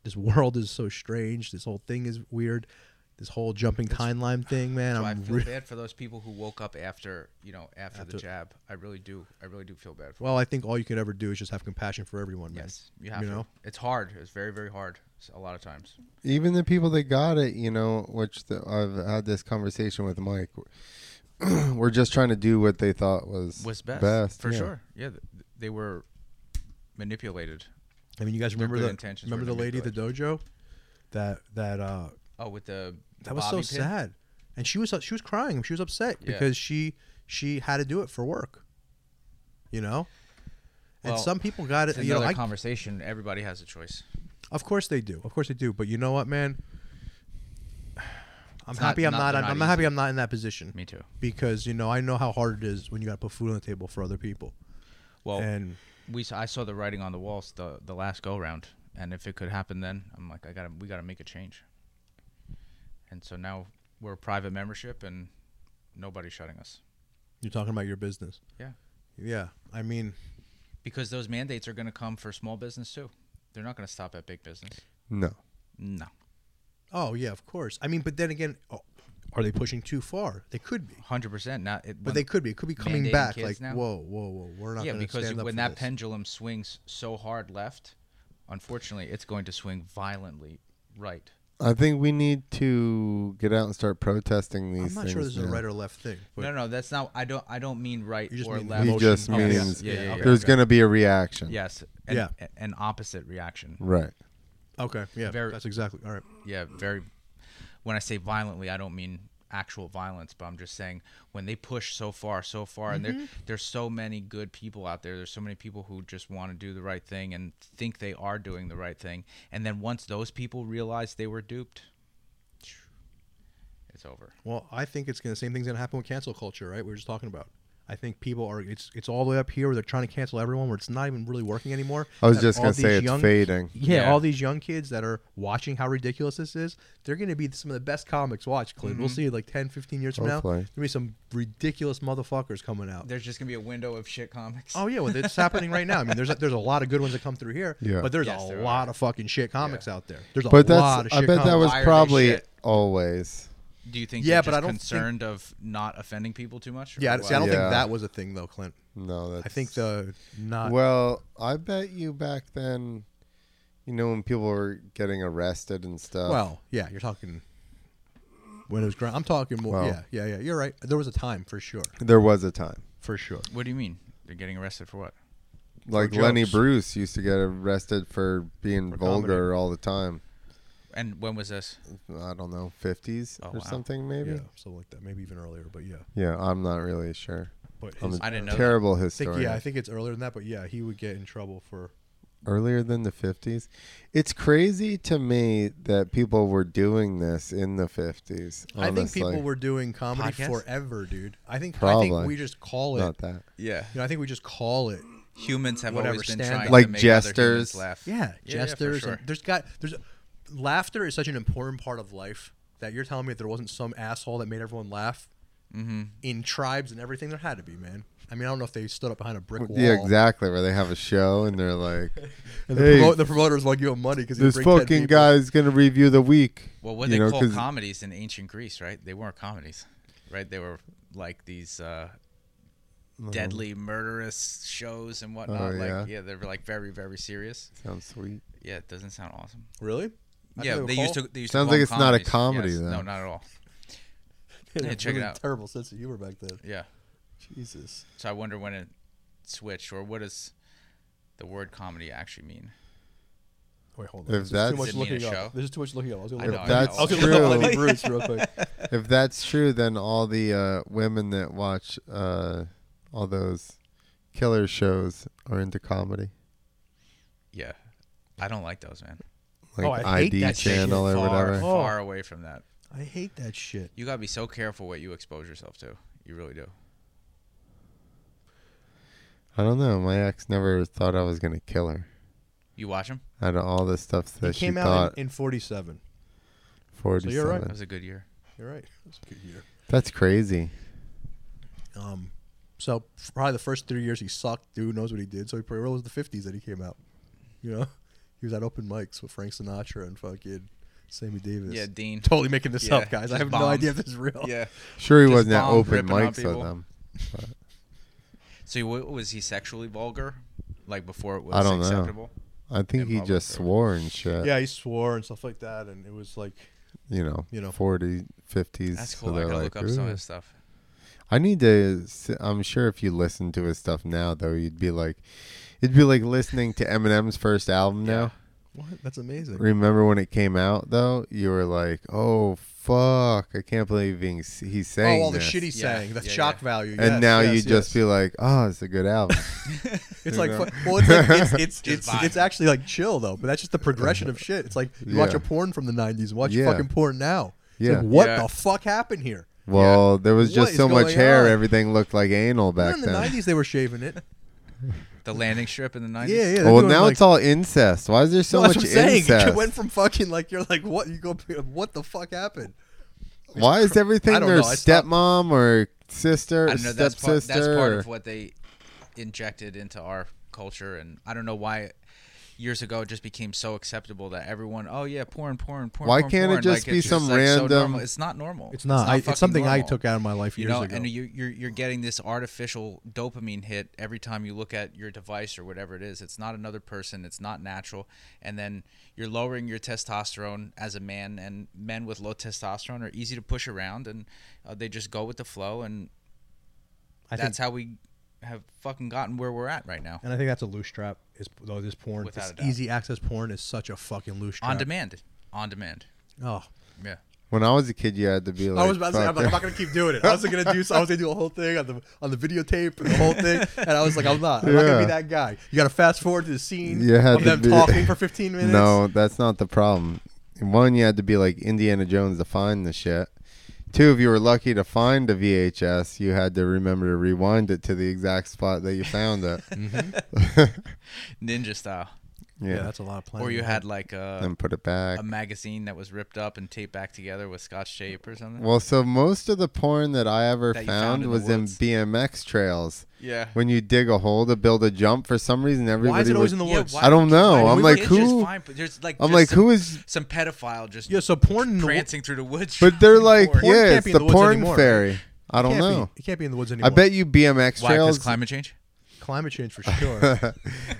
this world is so strange. This whole thing is weird. This whole jumping timeline thing, man.
So I
I'm
feel
re-
bad for those people who woke up after you know after, the
After-
jab. I really do. I really do feel bad for.
well. I think all you could ever do is just have compassion for everyone, man.
yes, you have to.
know.
It's hard. It's very very hard. s- A lot of times.
even the people that got it, you know, which the, I've had this conversation with Mike, were just trying to do what they thought was
was best, for
yeah.
sure. Yeah, th- th- they were manipulated.
I mean, you guys remember
good
the
intentions
remember
were
the lady at the dojo that that uh
Oh, with the
that was so
bobby pin?
sad, and she was she was crying. She was upset
Yeah.
because she she had to do it for work, you know. And
Well,
some people got it.
It's
You know,
another
I,
conversation. Everybody has a choice.
of course they do. Of course they do. But you know what, man? I'm
It's not-
happy. I'm
not-
not.
they're
I'm
not
happy.
easy.
I'm not in that position.
Me too.
Because you know, I know how hard it is when you got to put food on the table for other people.
Well,
And-
we saw, I saw the writing on the walls the the last go round, and if it could happen then, I'm like, I gotta we gotta make a change. And so now we're a private membership, and nobody's shutting us.
You're talking about your business.
Yeah,
Yeah. I mean,
because those mandates are gonna come for small business too. They're not gonna stop at big business.
No.
No.
oh yeah, of course. I mean, but then again, oh, are they pushing too far? They could be.
Hundred percent. Not. It,
But
when-
they could be. It could be coming
mandating
back.
kids
Like,
now?
whoa, whoa, whoa. We're not.
yeah,
gonna
because
stand up
when
for
that
this.
pendulum swings so hard left, unfortunately, it's going to swing violently right.
I think we need to get out and start protesting these
I'm not
things.
sure this is a
now.
right or left thing. But
no, no, that's not. I don't. I don't mean right
You just
or
mean
left. Oh,
He
Emotion.
just
Okay.
means
Yeah, yeah, yeah, yeah.
there's
Okay.
going to be a reaction.
Yes. An,
Yeah.
a- An opposite reaction.
Right.
Okay. Yeah.
Very-
that's exactly. All right.
Yeah. Very. When I say violently, I don't mean actual violence, but I'm just saying when they push so far, so far, and there there's so many good people out there. There's so many people who just want to do the right thing and think they are doing the right thing, and then once those people realize they were duped, it's over.
Well, I think it's gonna same thing's gonna happen with cancel culture, right? We were just talking about. I think people are it's it's all the way up here where they're trying to cancel everyone where it's not even really working anymore.
I was
That
just
all
going to
these
say it's
young-
fading.
Yeah,
Yeah.
all these young kids that are watching how ridiculous this is, they're going to be some of the best comics. Watch, Clint.
Mm-hmm.
We'll see like 10, 15 years from now.
Hopefully.
There'll be some ridiculous motherfuckers coming out.
There's just gonna be a window of shit comics.
Oh yeah, well, it's happening right now. I mean, there's a, there's a lot of good ones that come through here,
Yeah.
but there's
Yes,
a
there
lot
are.
of fucking shit comics out there. There's a
But
lot of
that's,
shit
I bet that
comics.
was
Why are they
probably
shit?
always.
Do you think?
Yeah, but
they're just
I don't think-
concerned of not offending people too much. or
yeah, I- see, I
what?
don't think
Yeah.
that was a thing though, Clint.
No, that's.
I think the uh, not
Well, I bet you back then, you know, when people were getting arrested and stuff.
Well, yeah, you're talking when it was ground. I'm talking more.
Well.
yeah, yeah, yeah. You're right. There was a time for sure,
there was a time.
for sure.
What do you mean? They're getting arrested for what?
Like
jokes.
Lenny Bruce used to get arrested for being vulgar
comedy.
all the time.
And when was this?
I don't know, 50s
Oh,
or
wow.
something
Yeah,
maybe.
something like that. Maybe even earlier, but yeah.
Yeah, I'm not really sure.
But
I'm
his-
a
I didn't know that.
terrible
I think
historian.
yeah, I think it's earlier than that. But yeah, he would get in trouble for.
Earlier than the 50s. It's crazy to me that people were doing this in the 50s.
I think people
honestly.
were doing comedy
Podcasts?
forever, dude. I think I
Probably.
think we just call it.
not that.
Yeah.
You know, I think we just call it
Humans have
Whatever,
always been
stand
trying
up.
Like
to make other humans
jesters.
laugh.
Yeah,
for
jesters.
sure.
and there's got there's laughter is such an important part of life that you're telling me if there wasn't some asshole that made everyone laugh
Mm-hmm.
in tribes and everything, there had to be, man. I mean, I don't know if they stood up behind a brick wall.
Yeah, exactly. Where they have a show and they're like,
And the,
Hey.
promo- the promoters won't give him money because
"This fucking guy's gonna review the week."
Well, what
you
they
know,
call
'cause-
comedies in ancient Greece, right? They weren't comedies, right? They were like these uh, deadly, murderous shows and whatnot.
Uh-huh. Oh, yeah.
Like, yeah, they were like very, very serious.
Sounds sweet.
Yeah, it doesn't sound awesome.
Really? I
yeah,
think
they
were
used to.
called-
They used
Sounds
to call
like
them
it's not a
comedies.
comedy,
Yes,
then.
No, not at all.
they had
Yeah,
a
check it
really
out.
Terrible sense of humor back then.
Yeah.
Jesus.
So I wonder when it switched, or what does the word comedy actually mean?
Wait, hold on.
If
this is
that's-
too much
Didn't mean
looking
to
up.
show.
This is too much looking up. I was gonna
I
look
know,
up.
I
That's
I was gonna
true.
look up Lenny Bruce real quick.
if that's true, then all the uh, women that watch uh, all those killer shows are into comedy,
Yeah. I don't like those, man.
like
Oh, I hate
ID
that shit.
E channel or
far,
whatever.
Oh.
far away from that.
I hate that shit.
You gotta be so careful what you expose yourself to. You really do.
I don't know. My ex never thought I was gonna kill her.
You watch him?
out of all the stuff that
He
she
came out
thought.
in, in 47.
Forty-seven.
you're right.
That was a good year.
You're right. That's a good year.
That's crazy.
Um, so f- probably the first three years he sucked. Dude knows what he did. So he probably was the 50s that he came out. You know, he was at open mics with Frank Sinatra and fucking Sammy Davis.
Yeah, Dean.
Totally making this
Yeah,
up, guys. I
just
have no
bombs.
idea if this is real.
Yeah.
Sure, he
Just
wasn't at
bombed,
open
ripping on
mics with
people.
them.
So wa- was he sexually vulgar? Like before it was
I don't know.
acceptable?
I think
In
he
public
just
or-
swore and shit.
Yeah, he swore and stuff like that, and it was like,
You know,
You know.
40, 50s.
That's
so
cool. I
they're
gotta
like,
look up some of
"Ooh."
his stuff.
I need to. s- I'm sure if you listen to his stuff now, though, you'd be like, it'd be like listening to Eminem's first album now.
"What? That's amazing."
Remember when it came out, though? You were like, oh, fuck. I can't believe being, s- he's saying
oh, all the
this."
shit he's
Yeah,
saying, the
yeah,
shock
yeah.
value.
And
yes,
now
yes,
you just
yes.
be like, oh, it's a good album.
It's
You
like,
know?
fu- well, it's like, it's it's
Just
it's,
vibe.
it's actually like chill though, but that's just the progression of shit. It's like you watch
Yeah.
a porn from the '90s, watch
Yeah.
fucking porn now. It's
Yeah.
like, what
Yeah.
the fuck happened here?
well, there was
What
just
is
so much
going
hair,
on?
everything looked like anal back
in the
then.
'90s, they were shaving it.
The landing strip in the nineties.
Yeah, yeah.
well, now it's all incest. Why is there so
that's
much
what I'm saying.
incest?
It went from fucking like you're like what you go what the fuck happened?
Why is everything
I don't
their
know. I stopped-
stepmom or sister,
I don't know. That's part,
stepsister?
that's part
or-
of what they injected into our culture, and I don't know why. Years ago, it just became so acceptable that everyone, oh yeah, porn, porn, porn.
Why
porn,
can't it
porn."
just
Like,
be
it's
some
like, so
random-
normal. It's not normal.
It's not. I,
fucking
it's something I
normal.
took out of my life
You
years
know,
ago.
and you, you're you're getting this artificial dopamine hit every time you look at your device or whatever it is. It's not another person. It's not natural. And then you're lowering your testosterone as a man. And men with low testosterone are easy to push around, and uh, they just go with the flow. And
I think-
that's how we have fucking gotten where we're at right now.
and I think that's a loose trap. Is though this porn,
Without
this
a doubt.
easy access porn is such a fucking loose trap.
On demand. On demand.
Oh,
Yeah.
When I was a kid, you had to be like.
I was about to say, I'm, like, I'm not gonna keep doing it. I was gonna do, I was gonna do a whole thing on the on the videotape and the whole thing, and I was like, I'm not, I'm not gonna
Yeah.
be that guy. You gotta fast forward to the scene
You had
of
to
them
be-
talking for 15 minutes.
no, that's not the problem. One, you had to be like Indiana Jones to find the shit. Two, if you were lucky to find a VHS, you had to remember to rewind it to the exact spot that you found it.
Ninja style.
yeah.
yeah, that's a lot Um, of planning.
Or you had like a,
and put it back.
a magazine that was ripped up and taped back together with scotch tape or something.
Well, so most of the porn that I ever
That you found
found,
in the
was in
woods.
BMX trails.
Yeah.
When you dig a hole to build a jump, for some reason everybody
why is it always
was-
in the
Yeah,
woods?
why-
I don't know.
Why-
I'm
we
like,
can't just
who-
find- but there's like
I'm
just
like,
some-
who is?
some pedophile just
yeah, so porn in the woods.
prancing through the woods.
But they're
trying
like,
to porn.
Porn
yeah,
can't
it's
be in
the
the woods
porn
anymore.
fairy. I don't
Can't be.
know.
It can't be in the woods anymore.
I bet you BMX
Why? 'Cause
trails.
climate change.
climate change for sure.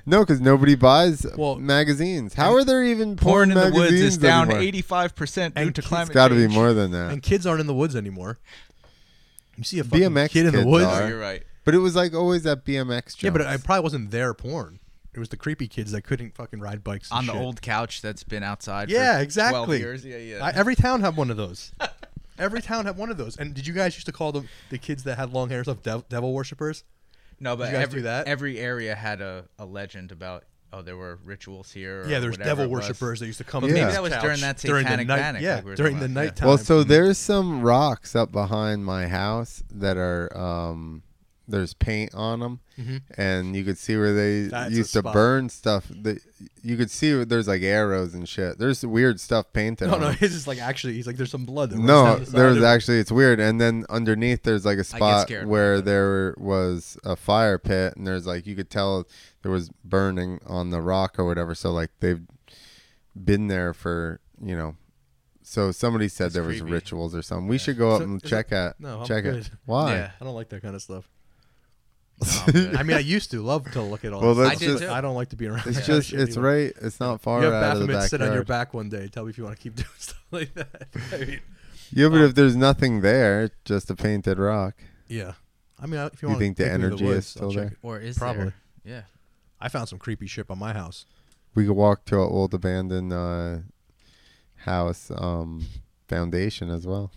no, because nobody buys
Well,
magazines. How are there even porn,
Porn in the woods
magazines
is down
anymore?
eighty-five percent due
And
to
it's
climate
It's got to be
change.
more than that.
and kids aren't in the woods anymore. You see a fucking
BMX
kid in the
kids
woods.
are.
No, Oh, you're right.
But it was like always at BMX. Jumps.
Yeah, but it probably wasn't their porn. It was the creepy kids that couldn't fucking ride bikes and
On the
shit.
old couch that's been outside.
Yeah,
for
exactly.
Twelve years. Yeah, yeah.
I, every town had one of those. every town had one of those. And did you guys used to call them the kids that had long hair and stuff dev- devil worshippers?
no, but
you guys
every
do that?
every area had a, a legend about oh there were rituals here. Or
Yeah, there's
whatever
devil
it was.
worshippers that used to come.
But maybe
to
that
was
couch
during that satanic
the night,
panic,
Yeah,
like we were
during
talking
the
about. Yeah.
nighttime.
Well, so there's some rocks up behind my house that are um, there's paint on them, and you could see where they
Mm-hmm. That's a
used to
spot.
burn stuff. That you could see where there's like arrows and shit. There's weird stuff painted.
no,
on
no,
'em.
his is like actually, he's like, there's some blood. That runs
No,
down the side
there's
of it.
actually it's weird. And then underneath there's like a spot
scared
where there was a fire pit, and there's like you could tell there was burning on the rock or whatever. So like they've been there for you know. So somebody said there was
creepy.
rituals or something. We should go up
So-
and
is
check it.
No, I'm
check it.
good.
Why?
Yeah. Oh,
I don't like that kind of stuff.
No, I'm good.
I mean, I used to love to look at all.
Well,
that
that's
stuff,
I did
but
too.
I don't like to be around.
It's
that
just
shit
it's
anymore.
right. It's not far
You have
out of the
Baphomet
backyard.
sit on your back one day. Tell me if you want to keep doing stuff like that. I mean,
Yeah,
Oh.
but if there's nothing there, just a painted rock.
yeah. I mean, I- if you,
You
want
think the
to
energy is
woods,
still
I'll check
there?
it.
or is
Probably.
there? Yeah.
I found some creepy shit by my house.
we could walk to an old abandoned uh, house um, foundation as well.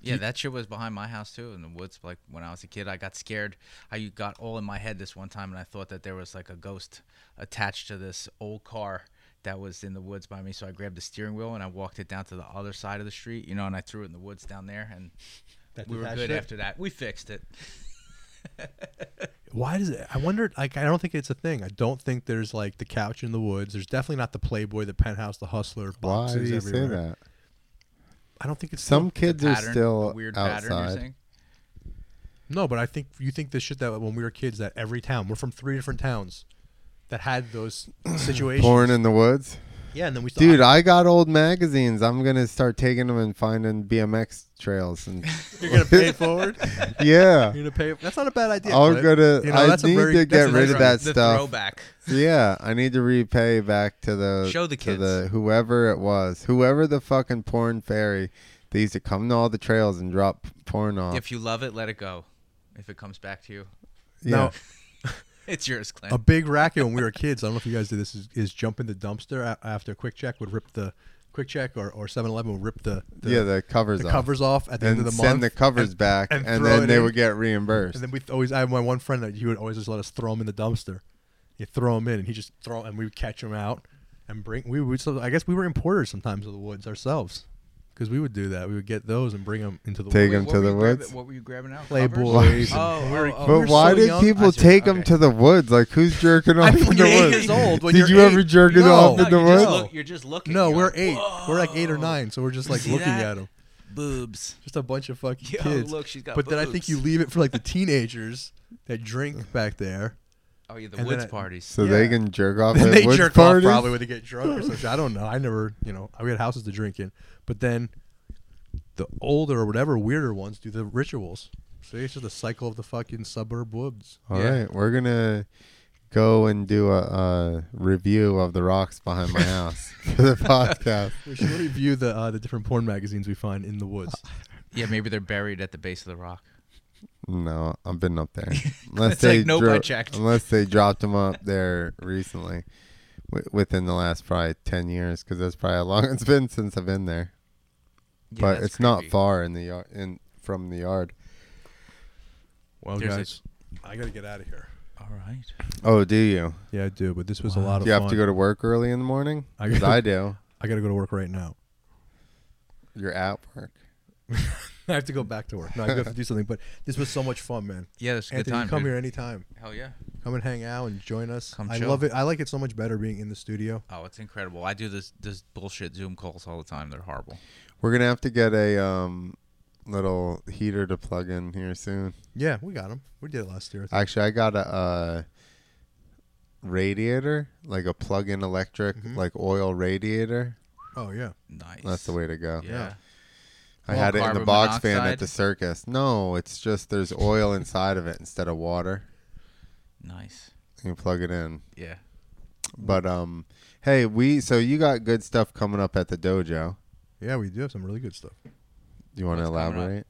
Yeah, that shit was behind my house too in the woods. Like when I was a kid, I got scared. I got all in my head this one time, and I thought that there was like a ghost attached to this old car that was in the woods by me. So I grabbed the steering wheel and I walked it down to the other side of the street, you know, and I threw it in the woods down there. And
That
we were
detached
good
it?
after that. We fixed it.
Why does it? I wonder. Like, I don't think it's a thing. I don't think there's like the couch in the woods. There's definitely not the Playboy, the penthouse, the hustler.
Why
Boxes
do you say
everywhere.
that?
I don't think it's
Some kids
Pattern,
are
the
still
weird
outside.
pattern you're saying?
No, but I think you think the shit that when we were kids that every town we're from three different towns that had those situations.
Born in the woods.
yeah, and then we
Dude, I got old magazines. I'm gonna start taking them and finding BMX trails and
you're gonna pay it forward.
yeah.
You're gonna pay. That's not a bad idea.
I'll
Clint.
go to- I
that's a
need to
that's
get
a
rid of
very-
that
the
stuff.
throwback.
Yeah, I need to repay back to the
Show the
to
kids.
the whoever it was, whoever the fucking porn fairy. They used to come to all the trails and drop porn off.
If you love it, let it go. If it comes back to you,
yeah.
Now,
it's yours, Clint.
a big racket when we were kids. I don't know if you guys did this. Is, is jump in the dumpster a- after Quick Check would rip the Quick Check or or Seven Eleven would rip the, the
yeah, the covers
the
off.
covers off at the end
and
of the month.
send the covers
and-
back, and,
and throw
then
it
they
in.
would get reimbursed.
And then we always, I had my one friend that he would always just let us throw him in the dumpster. You throw him in, and he just throw, and we would catch him out and bring. We would, so I guess we were importers sometimes of the woods ourselves, because we would do that. We would get those and bring them into the
Take
woods.
them
what
to
were
the
you grabbing-
woods.
what were you grabbing out?
Playboys.
Covers? Oh, oh, oh.
but
were
why
so
did
young.
people
I see.
take them
Okay.
to the woods? Like who's jerking off
I mean,
in
when
the
you're eight
woods?
years old, when
did
you're
you ever
eight-
jerk it
No,
off
no,
in the
you're, just
woods?
world.
look- you're just looking.
No,
you're
we're
like,
eight. We're like eight or
"Whoa,
nine, so we're just like
see
looking
that?
at them.
Boobs.
Just a bunch of fucking
Yo,
kids.
look, she's got
but then I think
boobs.
you leave it for like the teenagers that drink back there.
Oh yeah, the
And
woods
then I-
parties.
So they
Yeah.
can jerk off
Then
at
they
woods
jerk
parties.
off probably when they get drunk or something. I don't know. I never, you know, we had houses to drink in, but then the older or whatever weirder ones do the rituals. See, it's just the cycle of the fucking suburb woods.
All
Yeah.
right, we're gonna go and do a, a review of the rocks behind my house for the podcast.
We should review the uh, the different porn magazines we find in the woods.
Yeah, maybe they're buried at the base of the rock.
No, I've been up there. Unless
It's like,
they
nope, I
dro-
checked.
Unless they dropped them up there recently, w- within the last probably ten years, because that's probably how long it's been since I've been there.
Yeah,
but
that's
it's not
creepy.
far in the yard in from the yard.
Well,
There's a-
guys, I I gotta get out of here.
All right.
Oh, do you?
Yeah, I do. But this was a lot of
Do you
fun.
have to go to work early in the morning?
I
'Cause
gotta-
I do.
I gotta go to work right now.
You're at work.
I have to go back to work. No, I do have to do something. But this was so much fun, man.
Yeah, this is a good
Anthony,
time,
come
dude.
here anytime.
Hell yeah.
Come and hang out and join us.
Come
I
chill.
love it. I like it so much better being in the studio.
Oh, it's incredible. I do this this bullshit Zoom calls all the time. They're horrible.
We're gonna have to get a um, little heater to plug in here soon.
Yeah, we got him. We did it last year.
Actually, I got a, uh radiator, like a plug-in electric,
Mm-hmm.
like oil radiator.
Oh yeah.
Nice.
That's the way to go.
Yeah.
yeah.
I
Well,
had it in the
carbon
box fan at
monoxide.
the circus. No, it's just there's oil inside of it instead of water.
Nice.
You plug it in.
Yeah.
But um, hey, we so you got good stuff coming up at the dojo.
Yeah, we do have some really good stuff.
Do you want to
What's coming up?
elaborate?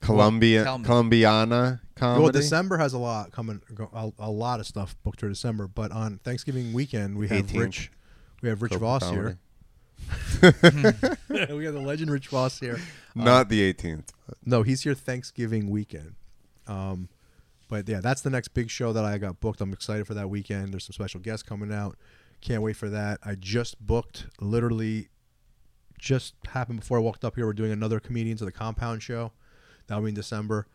Columbia,
tell me.
Columbiana comedy.
Well, December has a lot coming, go- a, a lot of stuff booked for December. But on Thanksgiving weekend, we have
18th.
Rich, we have Rich
Corporate
Voss
comedy.
here. we have the legend Rich Voss here.
Not the 18th.
No, he's here Thanksgiving weekend. Um, but yeah, that's the next big show that I got booked. I'm excited for that weekend. There's some special guests coming out. Can't wait for that. I just booked literally just happened before I walked up here. We're doing another Comedians of the Compound show. That'll be in December.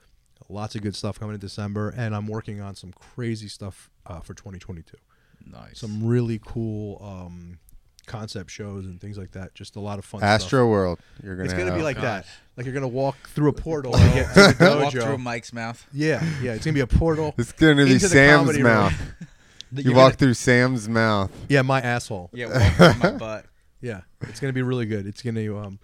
Lots of good stuff coming in December. And I'm working on some crazy stuff uh, for 2022
Nice.
some really cool um, concept shows and things like that. Just a lot of fun.
Astro
stuff.
World. You're gonna.
It's gonna be
have-
like that.
Gosh.
Like you're gonna Oh, walk through a portal to get to the
Walk
dojo.
through Mike's mouth.
Yeah, yeah. It's gonna be a portal.
It's gonna
into
be
the
Sam's
comedy
mouth.
room. That
You
you're
walk
gonna-
through Sam's mouth.
Yeah, my asshole. Yeah.
Yeah, walk through my butt.
it's gonna be really good. It's gonna um,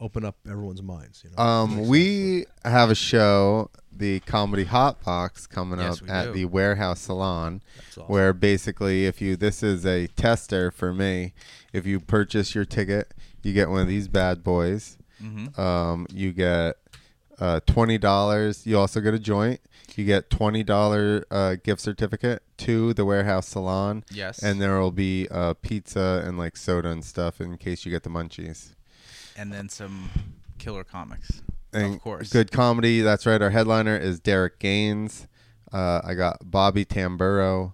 open up everyone's minds. You know.
Um, we have a show, the comedy hot box, coming
Yes,
up
we
at
do.
the warehouse salon,
awesome.
where basically, if you this is a tester for me, if you purchase your ticket, you get one of these bad boys.
Mm-hmm.
Um, you get uh, twenty dollars. You also get a joint. You get twenty dollar uh, gift certificate to the warehouse salon.
Yes.
and there will be uh, pizza and like soda and stuff in case you get the munchies.
And then some killer comics.
and
of course.
Good comedy. That's right. Our headliner is Derek Gaines. Uh, I got Bobby Tamburo,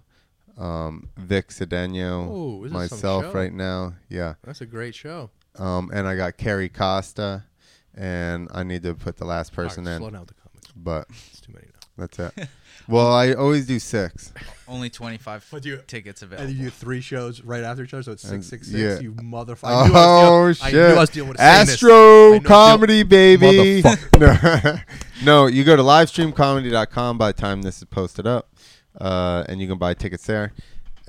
um, Vic Cedeno,
Oh, this is some
myself
show.
right now. Yeah.
That's a great show.
Um, and I got Kerry Costa. And I need to put the last
All right,
person
slow
in.
down with the comments.
But
It's too many now.
That's it. well, I always do six.
Only 25
But you-
tickets
And
available.
you do three shows right after each other, so it's
And-
six six six.
yeah.
You motherfucker!
Oh shit!
I knew I was dealing with a Satanist. I
Astro
knew I was dealing-
comedy, baby. No, no, you go to livestreamcomedy.com by the time this is posted up, uh, and you can buy tickets there.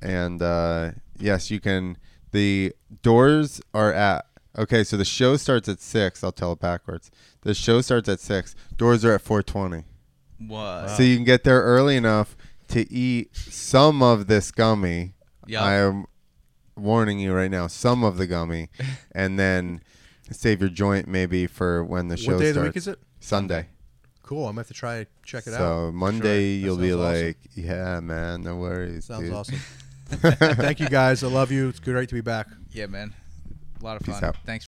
And uh, yes, you can. The doors are at. Okay, so the show starts at six. I'll tell it backwards. The show starts at six. Doors are at four twenty.
What?
So you can get there early enough to eat some of this gummy.
Yeah.
I am warning you right now, some of the gummy, and then save your joint maybe for when the show
What day of
starts.
the week is it?
Sunday.
Cool. I'm gonna have to try check it
so
out.
Monday
Sure.
you'll
That
be
sounds awesome.
like, yeah, man, no worries.
sounds
dude."
awesome. Thank you guys. I love you. It's great to be back.
yeah, man. A lot of
Peace
fun.
out.
Thanks.